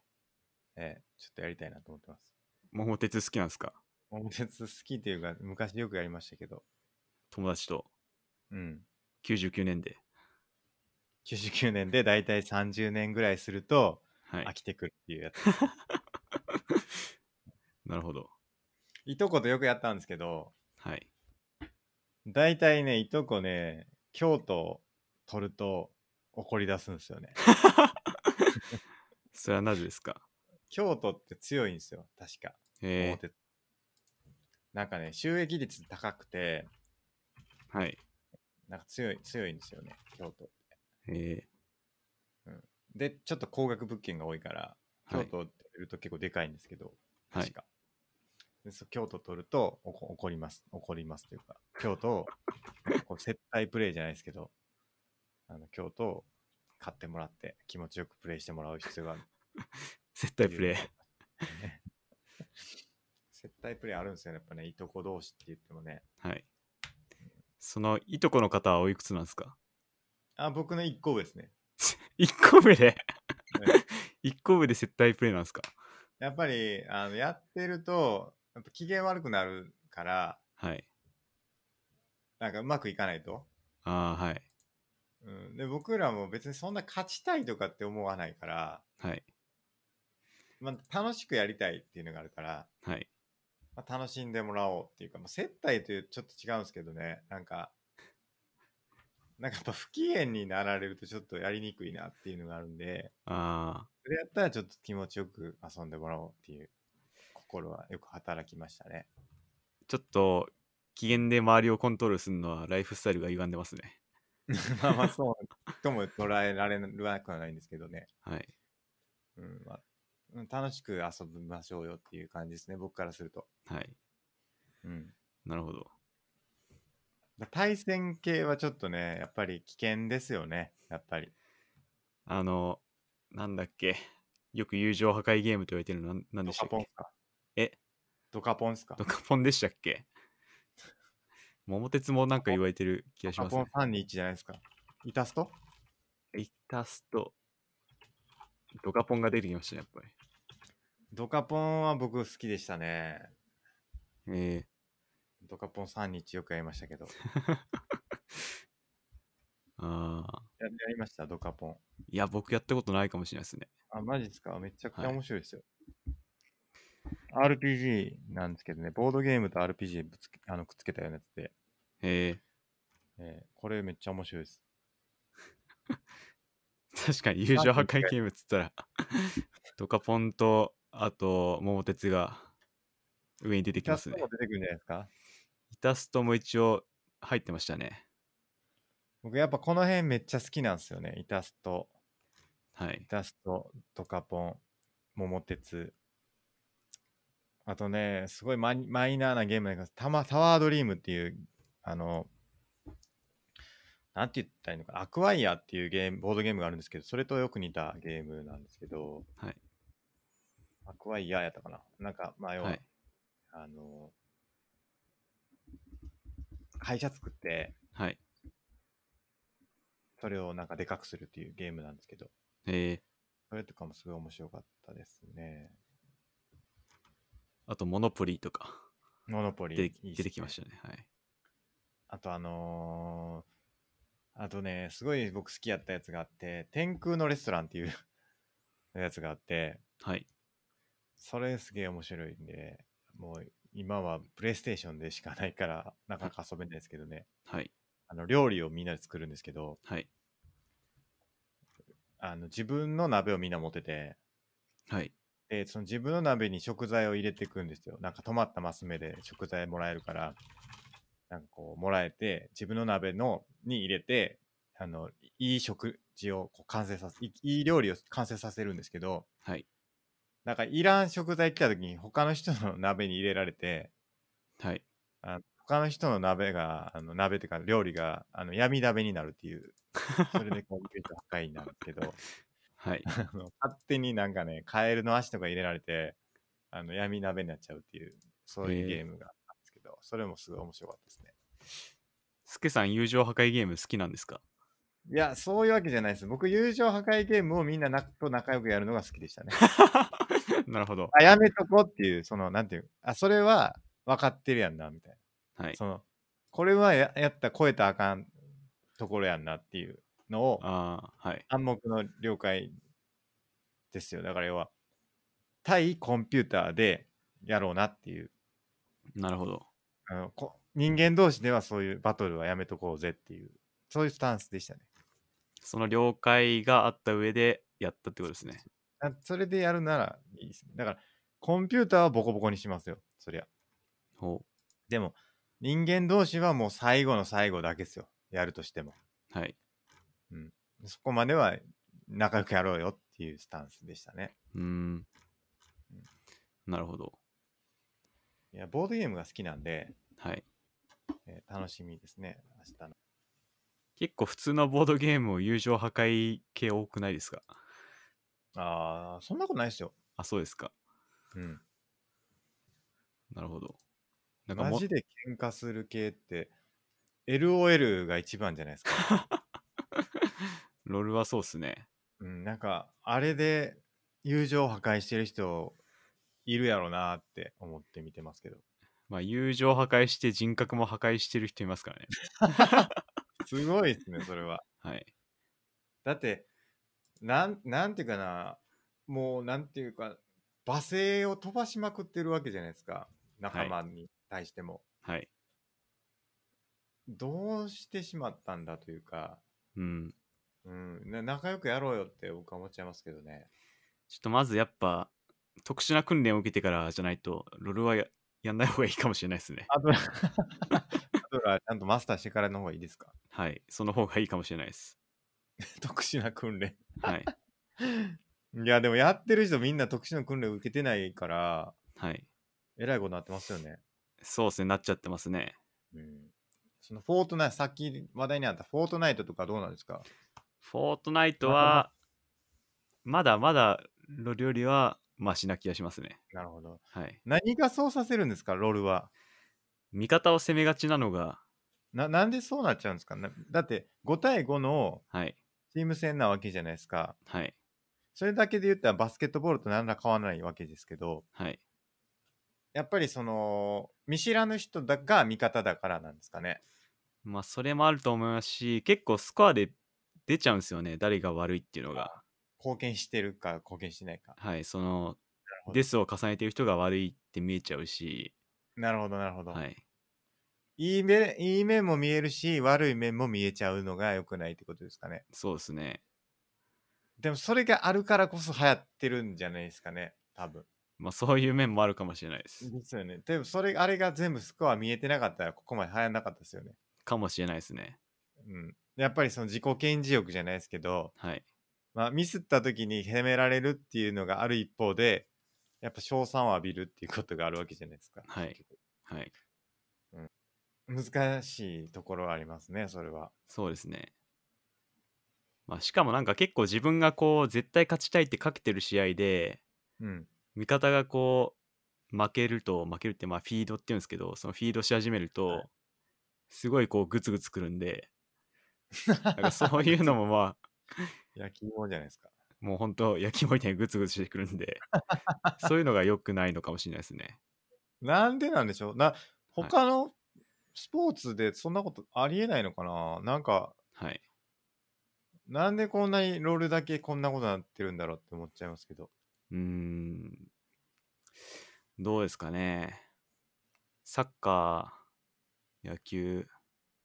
A: ええちょっとやりたいなと思ってます。
B: ー、桃鉄好きなんですか
A: 桃鉄好きっていうか、昔よくやりましたけど、
B: 友達と
A: うん。
B: 99年で。
A: 99年でだいたい30年ぐらいすると
B: はい
A: 飽。きてくるっていうやつ。
B: なるほど。
A: い、とことよくやったんですけど、
B: はい。
A: だいたいね、いとこね、京都を取ると怒り出すんですよね。
B: それはなぜですか
A: 京都って強いんですよ、確か。
B: え
A: 桃鉄なんかね、収益率高くて、
B: ー、はい。
A: なんか強い、強いんですよね、京都。
B: え
A: で、ちょっと高額物件が多いから、
B: ー、は
A: 京都を
B: い。
A: 取ると結構でかいんですけど、
B: は
A: 確
B: い。
A: か。でそ京都取るとおこ怒ります。怒りますというか、京都を、なんか こう接待プレイじゃないですけど、あの京都を買ってもらって、気持ちよくプレイしてもらう必要がある。
B: 絶対プレイ。
A: 接待プレイあるんですよね。やっぱね、いとこ同士って言ってもね。
B: はい。そのいとこの方はおいくつなんですか
A: あ、僕の一個上ですね。
B: 一個目で
A: ね
B: 一個目で接待プレイなんですか
A: やっぱり、あのやってると、やっぱ機嫌悪くなるから、
B: はい。
A: なんかうまくいかないと。
B: ああ、はい。
A: うん、で僕らも別にそんな勝ちたいとかって思わないから、
B: はい。
A: まあ、楽しくやりたいっていうのがあるから、
B: はい。
A: まあ、楽しんでもらおうっていうか、まあ、接待というちょっと違うんですけどねなんかなんかやっぱ不機嫌になられるとちょっとやりにくいなっていうのがあるんで
B: あ
A: それやったらちょっと気持ちよく遊んでもらおうっていう心はよく働きましたね。
B: ちょっと機嫌で周りをコントロールするのはライフスタイルが歪んでますね。
A: まあまあそうとも捉えられなくはないんですけどね。
B: はい。
A: うんまあうん楽しく遊びましょうよっていう感じですね、僕からすると。
B: はい。
A: うん、
B: なるほど。
A: だ対戦系はちょっとね、やっぱり危険ですよね、やっぱり。
B: あの、なんだっけ。よく友情破壊ゲームと言われてるのなんなん
A: ド
B: でした
A: カ
B: っ
A: ポンっ
B: け
A: すか
B: え
A: ドカポンっすか
B: ドカポンでしたっけ桃鉄もなんか言われてる気がし
A: ドカ
B: ます
A: ポン
B: ね。
A: 321じゃないですか。イタスト
B: イタスト。ドカポンが出てきましたね、やっぱり。
A: ドカポンは僕好きでしたね。
B: え
A: ドカポン321よくやりましたけど。
B: ー、あー
A: ややりました、ドカポン。
B: いや、僕やったことないかもしれないですね。
A: あ、マジですかめちゃくちゃ
B: はい
A: 面白いですよ。RPG なんですけどね、ボードゲームと RPG ぶつけあのくっつけたようなやつで、
B: え
A: えーこれめっちゃ面白いです。
B: ー、確かに友情破壊ゲームっつったら、 ドカポンと、あと、桃鉄が上に出て
A: イ
B: きま
A: タ
B: す
A: ス
B: ね
A: ト。も出てくるんじゃないですか
B: イタストも一応入ってましたね。
A: 僕やっぱこの辺めっちゃ好きなんですよね。イタスト、
B: はい
A: イ。タスト、ドカポン、桃鉄。あとね、すごいマニマイナーなゲームなんですタマタワードリームっていう、あの、なんて言ったらいいのかな、アクワイアっていうゲーム、ボードゲームがあるんですけど、それとよく似たゲームなんですけど、
B: はい。
A: アクアイヤーやったかななんか、まあ、要は、
B: はい。
A: あの、会社作って、
B: はい。
A: それをなんかでかくするっていうゲームなんですけど、
B: え
A: それとかもすごい面白かったですね。
B: ー、あと、モノポリーとか
A: モノポリ
B: 出て
A: いいっすね
B: 出てきましたね。はい。
A: あとあのーあとね、すごい僕好きやったやつがあって、天空のレストランっていう やつがあって、
B: はい。
A: それすげえ面白いんで、もう今はプレイステーションでしかないから、なかなか遊べないですけどね、
B: はい。
A: あの料理をみんなで作るんですけど、
B: はい。
A: あの自分の鍋をみんな持ってて、
B: はい。
A: で、その自分の鍋に食材を入れていくんですよ。なんか止まったマス目で食材もらえるから、なんかこう、もらえて、自分の鍋のに入れて、あの、いい食事をこう完成させ、いいい料理を完成させるんですけど、
B: はい。
A: なんかいらん食材来た時に他の人の 鍋に入れられて、
B: はい。
A: あの他の人の鍋が、あの鍋っていうか料理が、あの、闇鍋になるっていう、それでこう、破壊なんですけど、
B: はい。
A: あの勝手になんかね、カエルの足とか入れられて、あの闇鍋になっちゃうっていう、そうい
B: へ
A: う
B: え
A: ゲームがあったんですけど、それもすごい面白かったですね。
B: スケさん、友情破壊ゲーム好きなんですか
A: いや、そういうわけじゃないです。僕、友情破壊ゲームをみんななと仲良くやるのが好きで したね。
B: なるほど。
A: あ、やめとこうっていう、その、なんていう、あ、それは分かってるやんな、みたい
B: は
A: な。
B: い。
A: その、これはややった、超えたらあかんところやんなっていうのを、
B: ああ、はい。
A: 暗黙の了解ですよ。だから要は、対コンピューターでやろうなっていう。
B: なるほど。
A: あのこ人間同士ではそういうバトルはやめとこうぜっていう、そういうスタンスでしたね。
B: その了解があった上でやったってことですね。
A: あそれでやるならいいですね。だから、コンピューターはボコボコにしますよ、そりゃ。
B: ほ
A: でも、人間同士はもう最後の最後だけですよ、やるとしても。
B: う。はい。
A: そこまでは仲良くやろうよっていうスタンスでしたね。
B: うーん。なるほど。
A: いや、ボードゲームが好きなんで、
B: はい。
A: えー楽しみですね、明日の。
B: 結構普通のボードゲームを友情破壊系多くないですか
A: あー、そんなことないですよ。
B: あ、そうですか。
A: うん。
B: なるほど。なんか
A: マ
B: も
A: ジで喧嘩する系って、LOL が一番じゃないですか。
B: ロールはそうっすね。
A: うん、なんか、あれで友情を破壊してる人いるやろなって思って見てますけど。
B: まあ、友情破壊して人格も破壊してる人いますか らね。
A: すごいですね、それは。
B: はい。
A: だって、なん、なんていうかな、もう、なんていうか、罵声を飛ばしまくってるわけじゃないですか。仲間に対しても。
B: はい。
A: どうしてしまったんだというか、
B: うん。
A: うん、な仲良くやろうよって僕は思っちゃいますけどね。
B: ちょっとまずやっぱ、特殊な訓練を受けてからじゃないと、ロールはややんない方がいいかもしれないですね。
A: アドラアドラーちゃんとマスターしてからの方がいいですか
B: はい。その方がいいかもしれないです。
A: 特殊な訓練。
B: はい。
A: いや、でもやってる人みんな特殊な訓練を受けてないから、
B: はい。
A: えらいことになってますよね。
B: そうですね、なっちゃってますね。
A: うん。そのフォートナイト、さっき話題にあったフォートナイトとかどうなんですか
B: フォートナイト
A: な
B: は、まだまだロリよりはマシな気がしますね。
A: なるほど。
B: はい。
A: 何がそうさせるんですか、ロールは。
B: 味方を攻めがちなのが、
A: ななんでそうなっちゃうんですかなだって5対5の
B: はい。
A: チーム戦なわけじゃないですか。
B: はい。
A: それだけで言ったらバスケットボールと何ら変わらないわけですけど、
B: はい。
A: やっぱりその見知らぬ人だが味方だからなんですかね。
B: まあ、それもあると思いますし、結構スコアで出ちゃうんですよね、誰が悪いっていうのが。
A: 貢献してるか貢献してないか。
B: はい。その、
A: ほど
B: デスを重ねてる人が悪いって見えちゃうし、
A: なるほど、なるほど。、
B: はいい。
A: い面いい面も見えるし、悪い面も見えちゃうのが良くないってことですかね。
B: そうですね。
A: でもそれがあるからこそ流行ってるんじゃないですかね、多分。
B: まあ、そういう面もあるかもしれないです。
A: ですよね。でもそれ、あれが全部スコア見えてなかったら、ここまで流行んなかったですよね。
B: かもしれないですね。
A: うん。やっぱりその自己顕示欲じゃないですけど、
B: はい。
A: まあ、ミスった時に責められるっていうのがある一方で、やっぱ賞賛を浴びるっていうことがあるわけじゃないですか。
B: はい。はい。
A: 難しいところはありますね、それは。
B: そうですね。まあ、しかもなんか結構自分がこう絶対勝ちたいってかけてる試合で
A: うん。
B: 味方がこう負けると負けるってまあフィードっていうんですけどそのフィードし始めるとすごいこうグツグツくるんでなんかそういうのもまあ
A: 焼き芋じゃないですか。
B: もう本当焼き芋みたいにグツグツしてくるんでそういうのが良くないのかもしれないですね。
A: なんでなんでしょうな、他のスポーツでそんなことありえないのかななんか、
B: はい。
A: なんでこんなにロールだけこんなことになってるんだろうって思っちゃいますけど。
B: うーんどうですかね。サッカー、野球、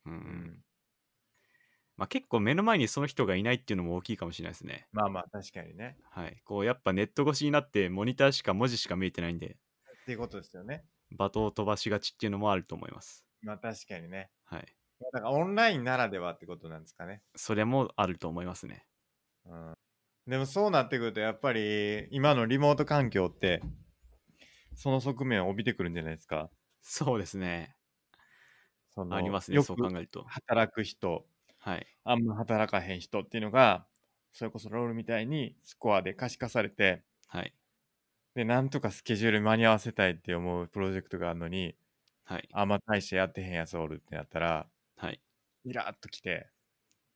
B: うん、
A: うん
B: まあ、結構目の前にその人がいないっていうのも大きいかもしれないですね。
A: まあまあ、確かにね。
B: はい。こう、やっぱネット越しになって、モニターしか文字しか見えてないんで、
A: っていうことですよね。
B: 罵倒を飛ばしがちっていうのもあると思います。
A: まあ確かにね。
B: はい。
A: まあだからオンラインならではってことなんですかね。
B: それもあると思いますね。
A: うん、でもそうなってくると、やっぱり今のリモート環境って、その側面を帯びてくるんじゃないですか。
B: そうですね。
A: その
B: ありますね。
A: よ
B: そう
A: く
B: 考えると。
A: 働く人、
B: はい。
A: あんま働かへん人っていうのが、それこそロールみたいにスコアで可視化されて、
B: はい。
A: で、なんとかスケジュール間に合わせたいって思うプロジェクトがあるのに、
B: はい。
A: あんま大してやってへんやつおるってなったら、
B: はい。
A: イラーっときて、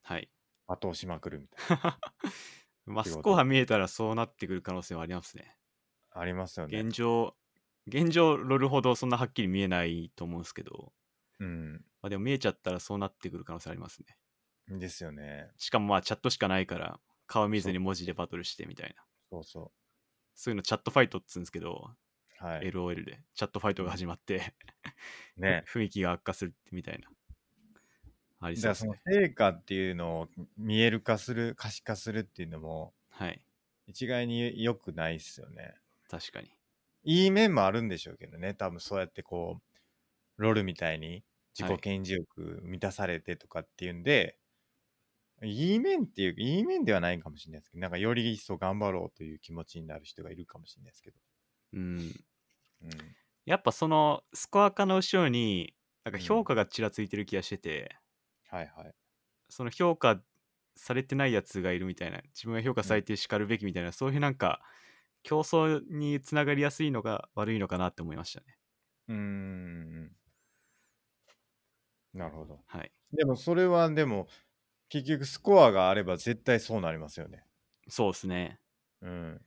B: はい。
A: 罵倒しまくるみたい
B: まあ、
A: って
B: ス
A: こと
B: コア見えたらそうなってくる可能性はありますね。
A: な。ありますよね
B: 現。状、現状、ロルほどそんなはっきり見えないと思うんですけど、
A: うん。
B: まあ、でも見えちゃったらそうなってくる可能性ありますね。
A: ですよね。
B: しかもまあチャットしかないから顔見ずに文字でバトルしてみたいな
A: そうそ
B: そういうのチャットファイトっつうんですけど、
A: う。はい。
B: LOL でチャットファイトが始まって、
A: ね。
B: 雰囲気が悪化するってみたいなあり
A: だ
B: そ
A: か
B: う
A: ら
B: です
A: その
B: ね
A: 成果っていうのを見える化する、可視化するっていうのも、
B: はい
A: 一概に良くないっすよね。
B: 確かに
A: いい面もあるんでしょうけどね、多分そうやってこう、ロールみたいに自己顕示欲満たされてとかっていうんで、い、い面っていう、いい面ではないかもしれないですけど、なんかより一層頑張ろうという気持ちになる人がいるかもしれないですけど。
B: うん
A: うん、
B: やっぱそのスコア化の後ろになんか
A: うん
B: 評価がちらついてる気がしてて、
A: はいはい。
B: その評価されてないやつがいるみたいな自分が評価されてしかるべきみたいな、そういうなんか競争につながりやすいのが悪いのかなって思いましたね
A: うーん。なるほど。
B: はい
A: でもそれはでも、結局スコアがあれば絶対そうなりますよね。
B: そうですね
A: うん。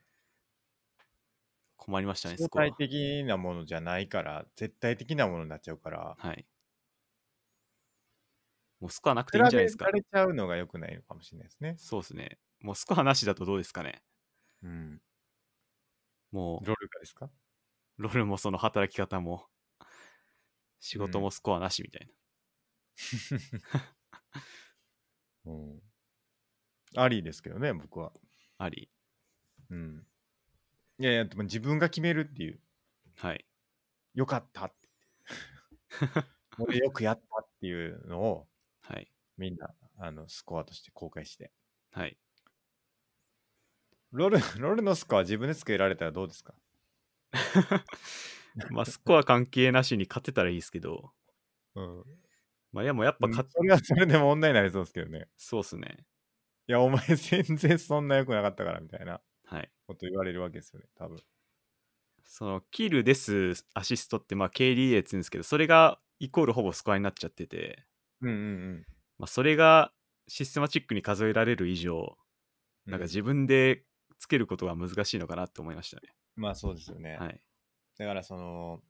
B: 困りましたねス
A: 相
B: コア
A: 対的なものじゃないから、絶対的なものになっちゃうから、
B: はい。もうスコアなくて
A: 比
B: いいん
A: べ。
B: じゃないですから
A: れちゃうのが良くないのかもしれないですね。
B: そうですね。もうスコアなしだとどうですかね。
A: うん。
B: も
A: ロールがですか
B: う、ロールもその働き方も、仕事もスコアなしみたいな。
A: うん。ありですけどね、僕は。
B: あり。
A: うん。いやいや、でも自分が決めるっていう、
B: はい。
A: よかったって 俺よくやったっていうのを、
B: はい。
A: みんな、あの、スコアとして公開して。
B: はい。
A: ロール、ロールのスコア自分で作られたらどうですか
B: まあ、スコア関係なしに勝てたらいいですけど、
A: うん。
B: まあ、でもやっぱ
A: まあ、
B: 勝っ
A: それはそれで問題になりそうですけどね。
B: そうっすね。
A: いや、お前全然そんな良くなかったからみたいな
B: はい。
A: こと言われるわけですよね、多分。
B: その、キルです、アシストって、まあ、KDA って言うんですけど、それがイコールほぼスコアになっちゃってて、
A: うんうん
B: まあ、それがシステマチックに数えられる以上、
A: うん。
B: なんか自分でつけることが難しいのかなって思いましたね。
A: まあそうですよね。
B: はい。
A: だからその、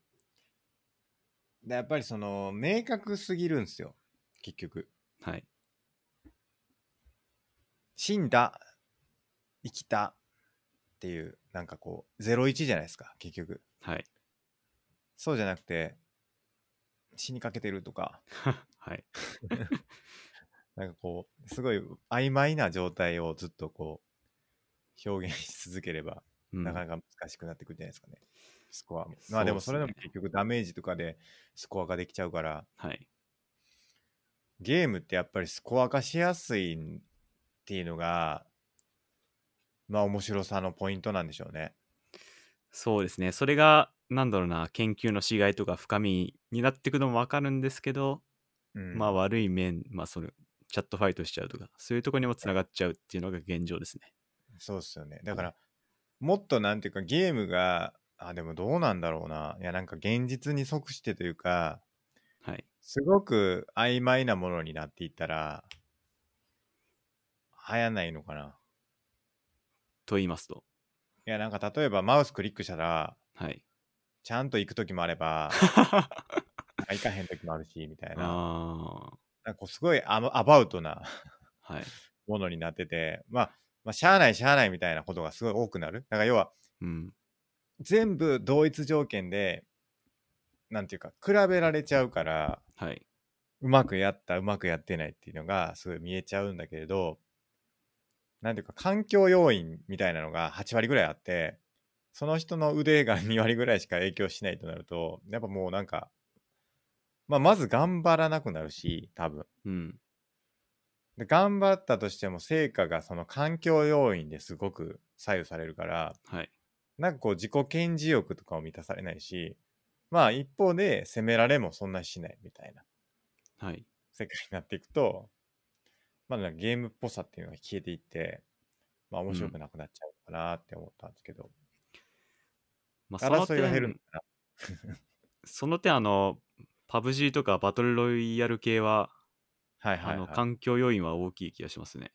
A: でやっぱりその、明確すぎるんですよ、結局。
B: はい。
A: 死んだ、生きたっていう、なんかこう、01じゃないですか、結局。
B: はい。
A: そうじゃなくて、死にかけてるとか、
B: はい。
A: なんかこう、すごい曖昧な状態をずっとこう、表現し続ければ、
B: うん
A: なかなか難しくなってくるんじゃないですかね、スコアも。
B: すね
A: まあでもそれでも結局ダメージとかでスコアができちゃうから、
B: はい。
A: ゲームってやっぱりスコア化しやすいっていうのが、まあ面白さのポイントなんでしょうね。
B: そうですね。それが、なんだろうな、研究のしがいとか深みになっていくのもわかるんですけど、
A: うん、
B: まあ悪い面、まあその、チャットファイトしちゃうとか、そういうところにもつながっちゃうっていうのが現状ですね。
A: そうっすよね。だから、もっとなんていうかゲームが、あ、でもどうなんだろうな。いや、なんか現実に即してというか、
B: はい。
A: すごく曖昧なものになっていったら、流行んないのかな。
B: と言いますと。
A: いや、なんか例えばマウスクリックしたら、
B: はい。
A: ちゃんと行くときもあれ ば、
B: あ
A: 行かへんときもあるし、みたいな。
B: あ
A: なんかこうすごいアバアバウトな
B: ー。はい。
A: ものになってて、まあ、まあ、しゃあないしゃあないみたいなことがすごい多くなる。だから要は、
B: うん。
A: 全部同一条件で、なんていうか、比べられちゃうから、
B: はい。
A: うまくやった、うまくやってないっていうのが、すごい見えちゃうんだけれど、なんていうか、環境要因みたいなのが8割ぐらいあって、その人の腕が2割ぐらいしか影響しないとなると、やっぱもうなんか、まあ、まず頑張らなくなるし、多分。
B: うん。
A: で頑張ったとしても成果がその環境要因ですごく左右されるから
B: はい。
A: なんかこう自己顕示欲とかを満たされないしまあ一方で責められもそんなしないみたいな
B: はい。
A: 世界になっていくとまあなんかゲームっぽさっていうのが消えていってまあ面白くなくなっちゃうかなって思ったんですけど、
B: まあ、その
A: 争い
B: 点
A: が減るのかな
B: その点、あの、PUBG とかバトルロイヤル系は、
A: はいは
B: あ
A: い、は
B: の、
A: い、
B: 環境要因は大きい気がしますね。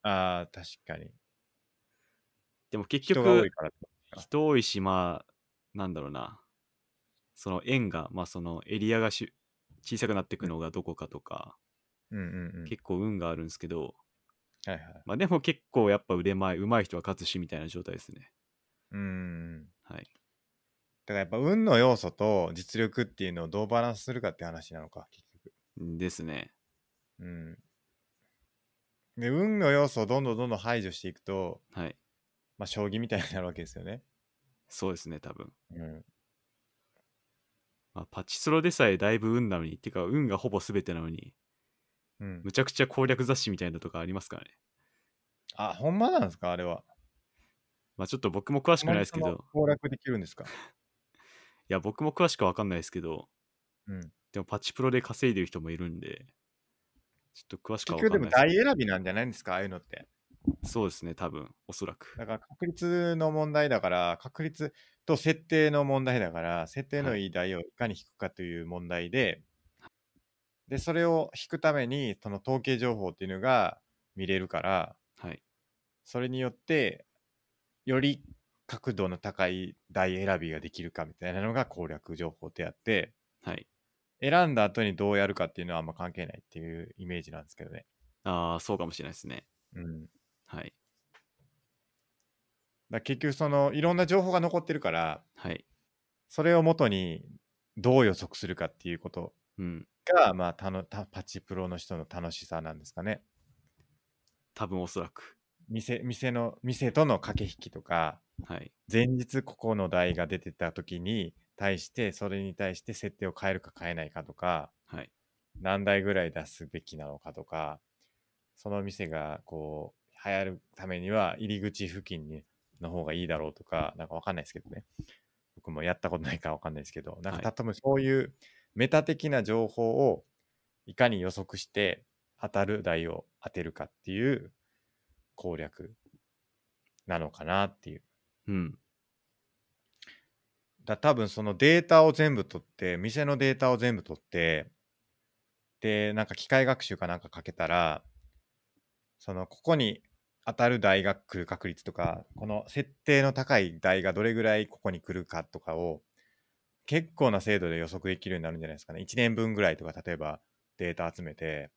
A: あー確かに
B: でも結
A: 人が多
B: 局
A: い、から
B: 人多いしまあなんだろうなその円がまあそのエリアがし小さくなっていくのがどこかとか、
A: うんうんうん
B: 結構運があるんですけど
A: はいはい
B: まあでも結構やっぱ腕前上手い人は勝つしみたいな状態ですね
A: うんうんうん
B: はい
A: だからやっぱ運の要素と実力っていうのをどうバランスするかって話なのか結局
B: ですね
A: うんで運の要素をどんどんどんどん排除していくと
B: はい
A: まあ将棋みたいになるわけですよね
B: そうですね多分、
A: うん
B: まあ、パチスロでさえだいぶ運なのにっていうか運がほぼ全てなのに
A: うん
B: むちゃくちゃ攻略雑誌みたいなのとかありますからね
A: あほんまなんですかあれは
B: まあちょっと僕も詳しくないですけ
A: ほんま
B: ど
A: にその攻略できるんですか
B: いや僕も詳しくは分かんないですけど
A: うん
B: でもパチプロで稼いでる人もいるんでちょっと詳しくは
A: 結局
B: 分か
A: で
B: ん
A: も
B: ないですけ
A: 大
B: ど
A: 選びなんじゃないんですかああいうのって
B: そうですね、多分おそらく。
A: だから確率の問題だから確率と設定の問題だから設定のいい台をいかに引くかという問題で、でそれを引くためにその統計情報っていうのが見れるから
B: はい。
A: それによってより角度の高い台選びができるかみたいなのが攻略情報であって
B: はい。
A: 選んだ後にどうやるかっていうのはあんま関係ないっていうイメージなんですけどね。
B: ああ、そうかもしれないですね。
A: うん、だか
B: はい。
A: ら結局そのいろんな情報が残ってるから
B: はい。
A: それをもとにどう予測するかっていうこと
B: うん。
A: が、まあ、たのたパチプロの人の楽しさなんですかね。
B: 多分おそらく。
A: 店店の店との駆け引きとか
B: はい。
A: 前日ここの題が出てた時に対してそれに対して設定を変えるか変えないかとか
B: はい。
A: 何台ぐらい出すべきなのかとかその店がこう流行るためには入り口付近にの方がいいだろうとかなんかわかんないですけどね僕もやったことないからわかんないですけどなんか
B: はい
A: た多分そういうメタ的な情報をいかに予測して当たる台を当てるかっていう攻略なのかなっていう
B: うん。
A: だ多分そのデータを全部取って店のデータを全部取ってでなんか機械学習かなんかかけたらそのここに当たる台が来る確率とかこの設定の高い台がどれぐらいここに来るかとかを結構な精度で予測できるようになるんじゃないですかね1年分ぐらいとか例えばデータ集めて、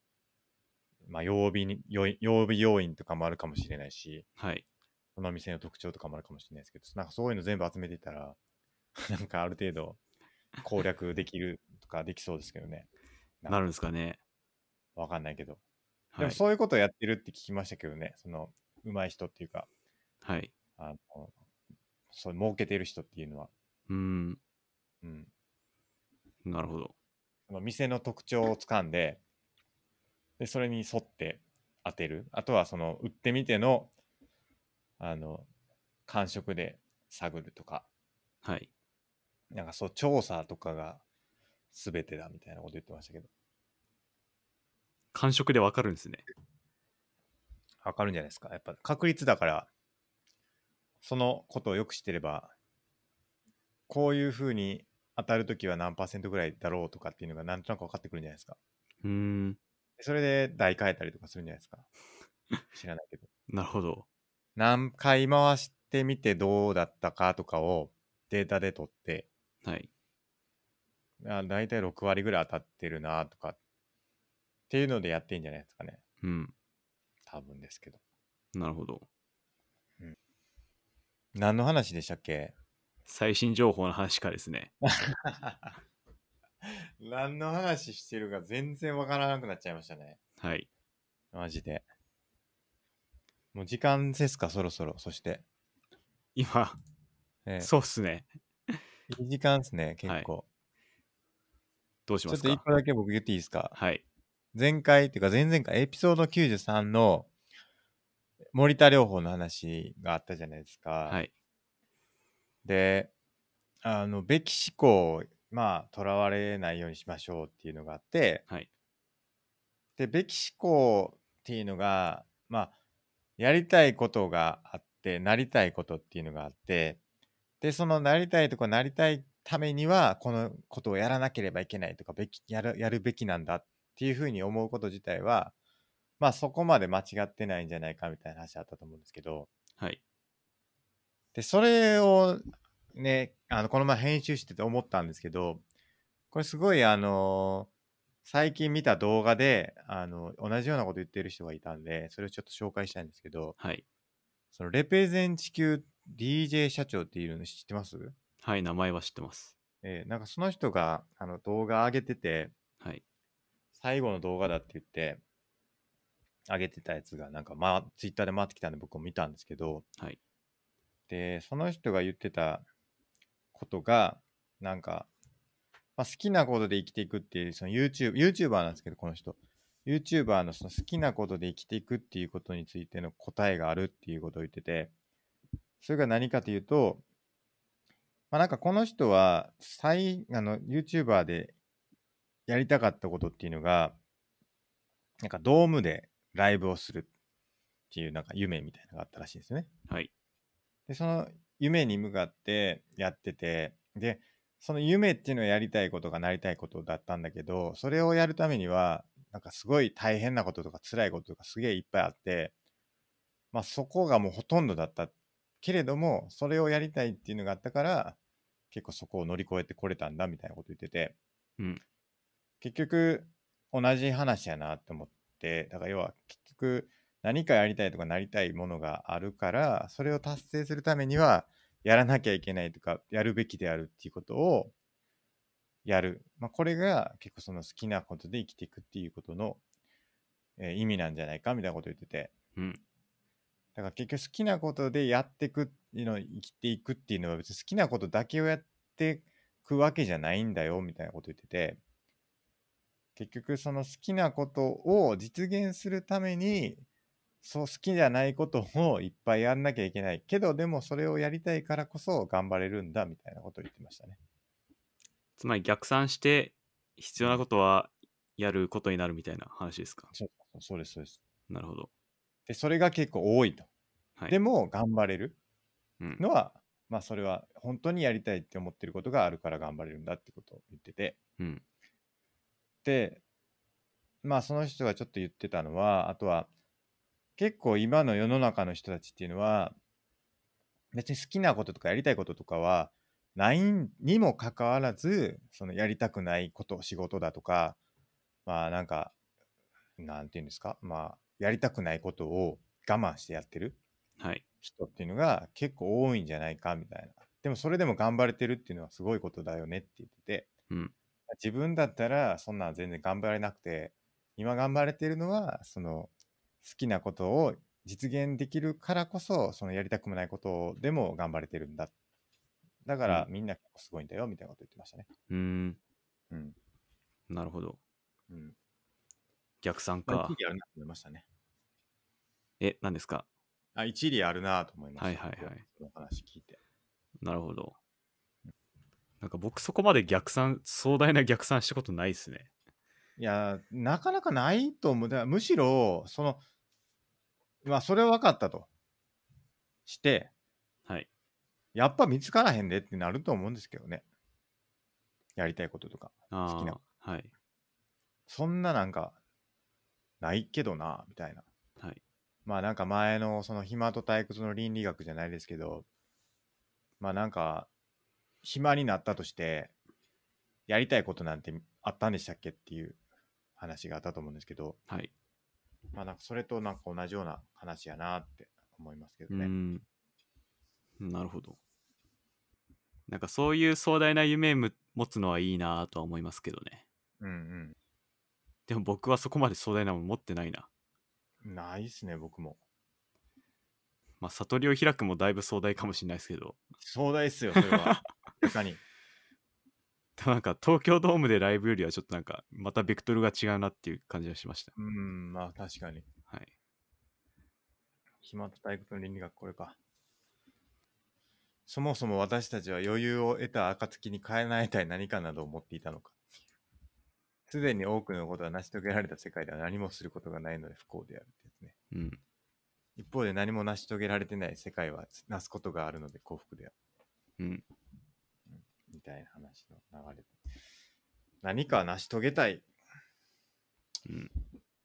A: まあ、曜日に曜曜日要因とかもあるかもしれないし
B: はい。
A: その店の特徴とかもあるかもしれないですけど、なんかそういうの全部集めていったら、 なんかある程度攻略できるとかできそうですけどね。なんか
B: なるんですかね。
A: わかんないけど。で
B: は
A: も
B: い。
A: そういうことをやってるって聞きましたけどね。その、上手い人っていうか、
B: はい。
A: あの、そう、儲けてる人っていうのは。
B: うーん。
A: うん。
B: なるほど。
A: その店の特徴をつかんで、で、それに沿って当てる。あとはその、売ってみての、あの、感触で探るとか。
B: はい。
A: なんかそう、調査とかが全てだみたいなこと言ってましたけど、
B: 感触でわかるんですね。
A: わかるんじゃないですか。やっぱ確率だから、そのことをよく知ってれば、こういうふうに当たるときは何パーセントぐらいだろうとかっていうのがなんとなく分かってくるんじゃないですか。
B: うーん。
A: でそれで台変えたりとかするんじゃない ですか。知らないけど。
B: なるほど。
A: 何回回してみてどうだったかとかをデータで取って、
B: はい。
A: あ大体6割ぐらい当たってるなとかっていうのでやってんじゃないですかね。
B: うん。
A: 多分ですけど。
B: なるほど。
A: 何の話でしたっけ
B: 最新情報の話からですね。
A: 何の話してるか全然わからなくなっちゃいましたね。
B: はい。
A: マジで。もう時間ですか、そろそろ。そして。
B: 今、
A: ええ
B: そうっすね。
A: いい時間ですね、結構。
B: どうし
A: ちょ
B: ま
A: っ
B: す
A: と一
B: か
A: 個だけ僕言っていいですか。
B: はい。
A: 前回っていうか前々回、エピソード93の森田療法の話があったじゃないですか。
B: はい。
A: で、あの、べき思考、まあ、とらわれないようにしましょうっていうのがあって、
B: はい。
A: で、べき思考っていうのが、まあ、やりたいことがあって、なりたいことっていうのがあって、で、そのなりたいとかなりたいためには、このことをやらなければいけないとか、べきやるやるべきなんだっていうふうに思うこと自体は、まあそこまで間違ってないんじゃないかみたいな話あったと思うんですけど、
B: はい。
A: で、それをね、あの、この前編集してて思ったんですけど、これすごいあの最近見た動画で、あの、同じようなこと言ってる人がいたんで、それをちょっと紹介したいんですけど、
B: はい。
A: そのレペゼン地球 DJ 社長っていうの知ってます
B: はい。名前は知ってます。
A: えーなんかその人が、あの、動画上げてて、
B: はい。
A: 最後の動画だって言って、上げてたやつが、なんか、まあ、ツイッターで回ってきたんで僕も見たんですけど、
B: はい。
A: で、その人が言ってたことが、なんか、まあ、好きなことで生きていくっていう、その YouTube、YouTuber なんですけど、この人。YouTuber のその好きなことで生きていくっていうことについての答えがあるっていうことを言ってて、それが何かというと、まあ、なんかこの人は、最、あの、YouTuber でやりたかったことっていうのが、なんかドームでライブをするっていうなんか夢みたいなのがあったらしいんですよね。
B: はい。
A: で、その夢に向かってやってて、で、その夢っていうのはやりたいことがなりたいことだったんだけど、それをやるためには、なんかすごい大変なこととか辛いこととかすげえいっぱいあって、まあそこがもうほとんどだったけれども、それをやりたいっていうのがあったから、結構そこを乗り越えてこれたんだみたいなこと言ってて、
B: うん
A: 結局同じ話やなって思って、だから要は結局何かやりたいとかなりたいものがあるからそれを達成するためにはやらなきゃいけないとかやるべきであるっていうことをやる、まあ、これが結構その好きなことで生きていくっていうことの、えー意味なんじゃないかみたいなこと言ってて
B: うん。
A: だから結局好きなことでやっていくの生きていくっていうのは別に好きなことだけをやってくわけじゃないんだよみたいなこと言ってて結局その好きなことを実現するためにそう好きじゃないことをいっぱいやんなきゃいけないけどでもそれをやりたいからこそ頑張れるんだみたいなことを言ってましたね。
B: つまり逆算して必要なことはやることになるみたいな話ですか。
A: そうそうですそうです。
B: なるほど。
A: でそれが結構多いと。
B: はい。
A: でも頑張れる
B: うん、
A: のは、まあそれは本当にやりたいって思ってることがあるから頑張れるんだってことを言ってて。
B: うん。
A: でまあその人がちょっと言ってたのはあとは結構今の世の中の人たちっていうのは別に好きなこととかやりたいこととかはないにもかかわらずそのやりたくないこと仕事だとかまあなんかなんていうんですかまあやりたくないことを我慢してやってる
B: はい。
A: 人っていうのが結構多いんじゃないかみたいなでもそれでも頑張れてるっていうのはすごいことだよねって言ってて
B: うん。
A: 自分だったらそんなん全然頑張れなくて今頑張れてるのはその好きなことを実現できるからこそそのやりたくもないことでも頑張れてるんだだから
B: う
A: みんな結構すごいんだよみたいなこと言ってましたね
B: うーん。
A: うん
B: なるほど。
A: うん
B: 逆算
A: まあ
B: か
A: 一。理あるなと思いましたね
B: え、何ですか
A: あ一理あるなと思いました
B: はいはいはい
A: その話聞いて
B: なるほど。なんか僕そこまで逆算、壮大な逆算したことないですね。
A: いやーなかなかないと思うだからむしろそのまあそれは分かったとして
B: はい。
A: やっぱ見つからへんでってなると思うんですけどね。やりたいこととか。
B: あー
A: 好きな
B: はい。
A: そんななんか、ないけどな、みたいな。
B: はい。
A: まあなんか前のその暇と退屈の倫理学じゃないですけど、まあなんか、暇になったとして、やりたいことなんてあったんでしたっけっていう話があったと思うんですけど、
B: はい。
A: まあなんかそれとなんか同じような話やなって思いますけ
B: う
A: ど
B: ー
A: ね。
B: ん。なるほど。なんかそういう壮大な夢む持つのはいいなとは思いますけどね。
A: うん
B: でも僕はそこまで壮大なもの持ってないな。
A: うん。ないっすね、僕も。
B: まあ、悟りを開くもだいぶ壮大かもしれないですけど、
A: 壮大っすよ、それ は。いかに。
B: でもなんか東京ドームでライブよりはちょっとなんか、またベクトルが違うなっていう感じがしました。
A: うん、まあ確かに。
B: はい。
A: 暇と退屈の倫理学これかそもそも私たちは余裕を得た暁に変えないたい何かなどを持っていたのかすでに多くのことは成し遂げられた世界では何もすることがないので不幸であるってやつね
B: うん。
A: 一方で何も成し遂げられてない世界はなすことがあるので幸福である
B: うん。
A: みたいな話の流れ何か成し遂げたい
B: うん。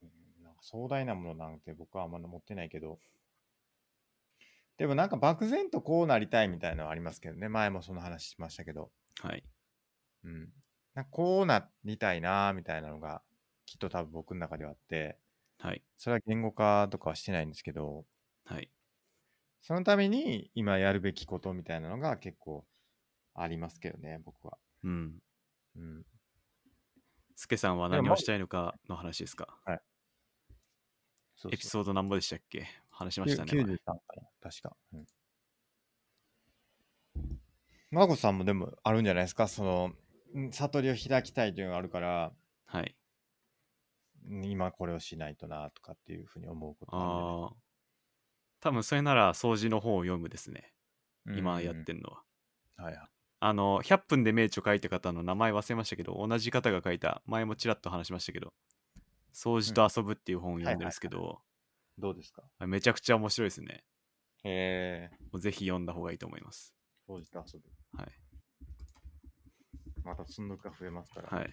A: うんなんか壮大なものなんて僕はあんまり持ってないけど、でもなんか漠然とこうなりたいみたいなのはありますけどね、前もその話しましたけど、
B: はい。
A: うん。なんかこうなりたいなーみたいなのが、きっと多分僕の中ではあって、
B: はい。
A: それは言語化とかはしてないんですけど、
B: はい。
A: そのために今やるべきことみたいなのが結構ありますけどね、僕は。
B: うん。
A: うん。
B: スケさんは
A: でも
B: 何
A: ま
B: を
A: あ
B: したいのかの話ですか
A: そうそう
B: エピソード何ぼでしたっけ話しま
A: きゅ
B: したね。
A: 93かな、確か。うん。マコさんもでもあるんじゃないですか、その、ん悟りを開きたいというのがあるから、
B: はい。
A: ん今これをしないとなとかっていうふうに思うことあるんじゃない
B: ああ。多分それなら掃除の本を読むですね。
A: うん
B: 今やってんのは。
A: はいはい。
B: あの、100分で名著書いた方の名前忘れましたけど、同じ方が書いた、前もちらっと話しましたけど、掃除と遊ぶっていう本を読んでるんですけど、
A: どうですか
B: めちゃくちゃ面白いですね。
A: へえ、
B: もうぜひ読んだ方がいいと思います。
A: 掃除と遊ぶ。
B: はい。
A: また積んどくが増えますから。
B: はい。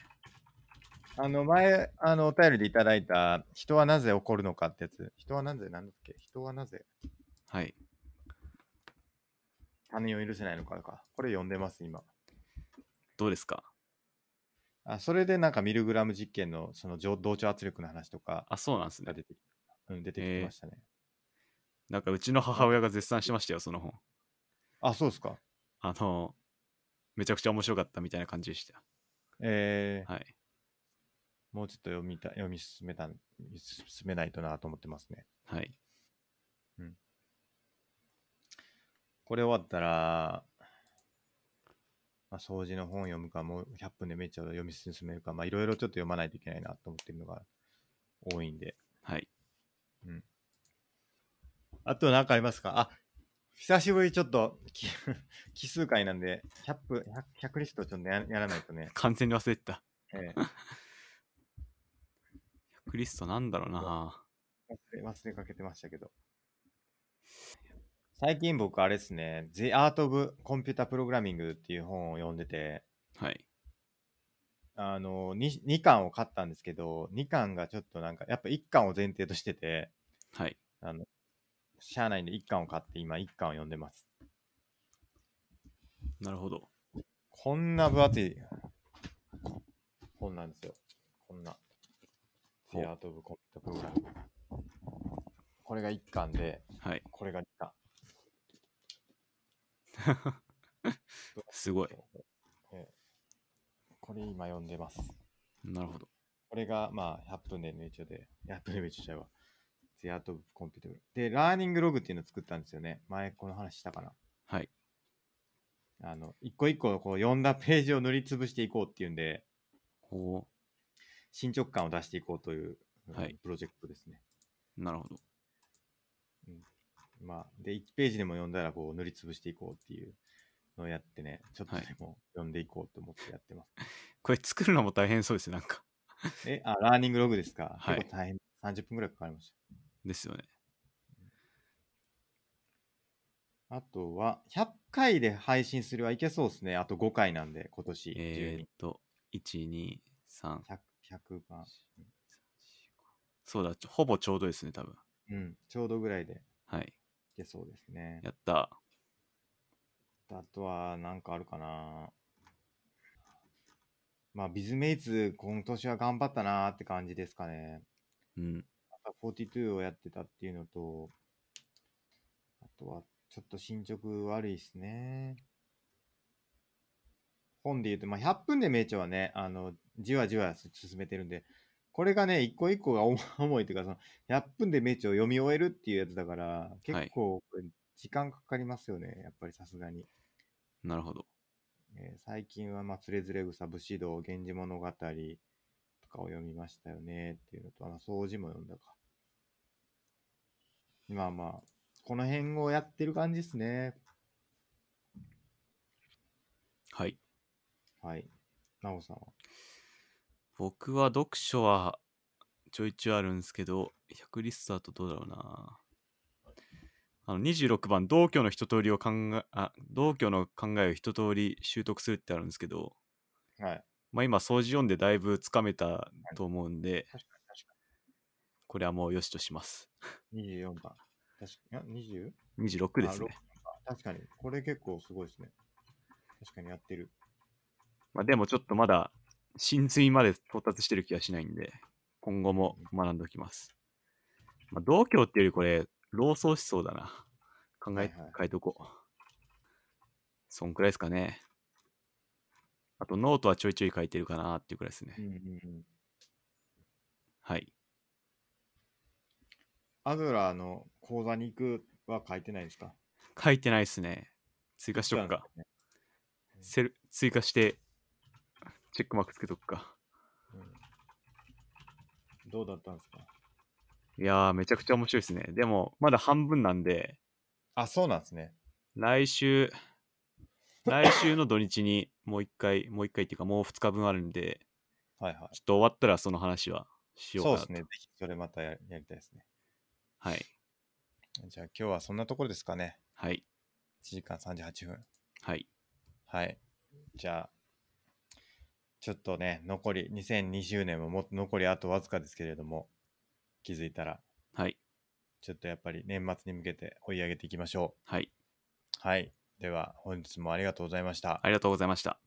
A: あの、前、あの、お便りでいただいた、人はなぜ怒るのかってやつ。人はなぜ、なんだっけ人はなぜ、
B: はい。
A: 他人を許せないのかとか。これ読んでます、今。
B: どうですか
A: あ、それでなんかミルグラム実験の、その上同調圧力の話とか、
B: あ、そうなんですね
A: が。出てきた。うん、出てきましたね。
B: なんかうちの母親が絶賛してましたよ、その本。
A: あ、そうですか。
B: あの、めちゃくちゃ面白かったみたいな感じでした。
A: えー
B: はい。
A: もうちょっと読みた読み進めたん進めないとなと思ってますね。
B: はい。
A: これ終わったら、まあ、掃除の本読むか、もう100分でめっちゃ読み進めるか、まあ、いろいろちょっと読まないといけないなと思ってるのが多いんで。
B: はい。
A: あと何かありますかあ、久しぶりちょっと、き 奇数回なんで、100分、100, 100リストちょっとややらないとね。
B: 完全に忘れてた。
A: え
B: クリストなんだろうな。
A: え忘れ忘れかけてましたけど。最近僕あれですね、The Art of Computer Programming っていう本を読んでて、
B: はい。
A: あの 2, 2巻を買ったんですけど、2巻がちょっとなんか、やっぱ1巻を前提としてて、
B: はい。
A: あの、しゃあないんで1巻を買って今1巻を読んでます。
B: なるほど。
A: こんな分厚い本なんですよ。こんな。
B: ほう
A: セアート・オブ・コンピュータ・プログラム。これが1巻で、
B: はい。
A: これが2巻。
B: すごい。
A: ええこれ今読んでます。
B: なるほど。
A: これが、まあ、100分での一応で、100分での一応ちゃうわ。セアート・オブ・コンピュータ・プログラム。で、ラーニングログっていうのを作ったんですよね。前、この話したかな。
B: はい。
A: あの、一個一個こう読んだページを塗りつぶしていこうっていうんで、
B: ほ
A: 進捗感を出していこうという、うん
B: はい
A: プロジェクトですね。
B: う。なるほど。
A: まあ、で、1ページでも読んだら、こう、塗りつぶしていこうっていうのをやってね、ちょっと
B: はい
A: でも読んでいこうと思ってやってます。
B: これ作るのも大変そうですね。なんか。
A: え、あ、ラーニングログですか。
B: はい
A: 結構大変。30分ぐらいかかりまし
B: ですよね。
A: た。あとは、100回で配信するはいけそうですね。あと5回なんで、今年
B: え
A: 12
B: ー、っと、1、2、3。
A: 100、100番。
B: そうだ、ちょほぼちょうどですね、多分。
A: うん、ちょうどぐらいでい
B: はい。
A: けそうですね。
B: やった。
A: あとは、なんかあるかな。まあ、ビズメイツ、今年は頑張ったなーって感じですかね。
B: うん。
A: あ42をやってたっていうのと、あとは、ちょっと進捗悪いですね。本で言うと、まあ、100分で名著はね、あの、じわじわ進めてるんで、これがね、一個一個が重 重いというか、その、100分で名著を読み終えるっていうやつだから、結構、時間かかりますよね、やっぱりさすがに。
B: なるほど。
A: えー最近は、まあ、つれづれ草、武士道、源氏物語とかを読みましたよねっていうのと、あの、掃除も読んだか。まあまあ、この辺をやってる感じですね。
B: はい。
A: はい。なおさんは。
B: 僕は読書はちょいちょいあるんですけど、100リストだとどうだろうな。あの26番、同居の一通りを考え、あ、同居の考えを一通り習得するってあるんですけど、
A: はい。
B: まあ今、掃除読んでだいぶつかめたと思うんで、
A: 確かに確か
B: これはもうよしとします。
A: に。24番。確かに、いや、20?
B: 26です
A: あ
B: ね
A: ろ。確かに。これ結構すごいですね。確かにやってる。
B: まあ、でもちょっとまだ真髄まで到達してる気がしないんで、今後も学んでおきます。まあ、同居っていうよりこれ、老僧思想だな。考え、
A: はいはい
B: 変えとこう。そんくらいですかね。あと、ノートはちょいちょい書いてるかなっていうくらいですね。
A: うんうんうん。
B: はい。
A: アドラーの講座に行くは書いてないですか
B: 書いてないですね。追加しとくか。。セル追加して、チェックマークつけとくか。
A: うんどうだったんですか
B: いやー、めちゃくちゃ面白いですね。でも、まだ半分なんで、
A: あ、そうなんですね。
B: 来週、来週の土日にもう一回、もう一回っていうかもう二日分あるんで、
A: はいはい。
B: ちょっと終わったらその話はしよう
A: そ
B: か
A: う
B: な
A: で
B: と。
A: すね。ぜひそれまたや やりたいですね。
B: はい。
A: じゃあ今日はそんなところですかね。
B: はい。
A: 1時間38分。
B: はい。
A: はい。じゃあ、ちょっとね、残り、2020年ももっと残りあとわずかですけれども、気づいたら、
B: はい。
A: ちょっとやっぱり年末に向けて追い上げていきましょ
B: はい。
A: う。はい。では、本日もありがとうございました。
B: ありがとうございました。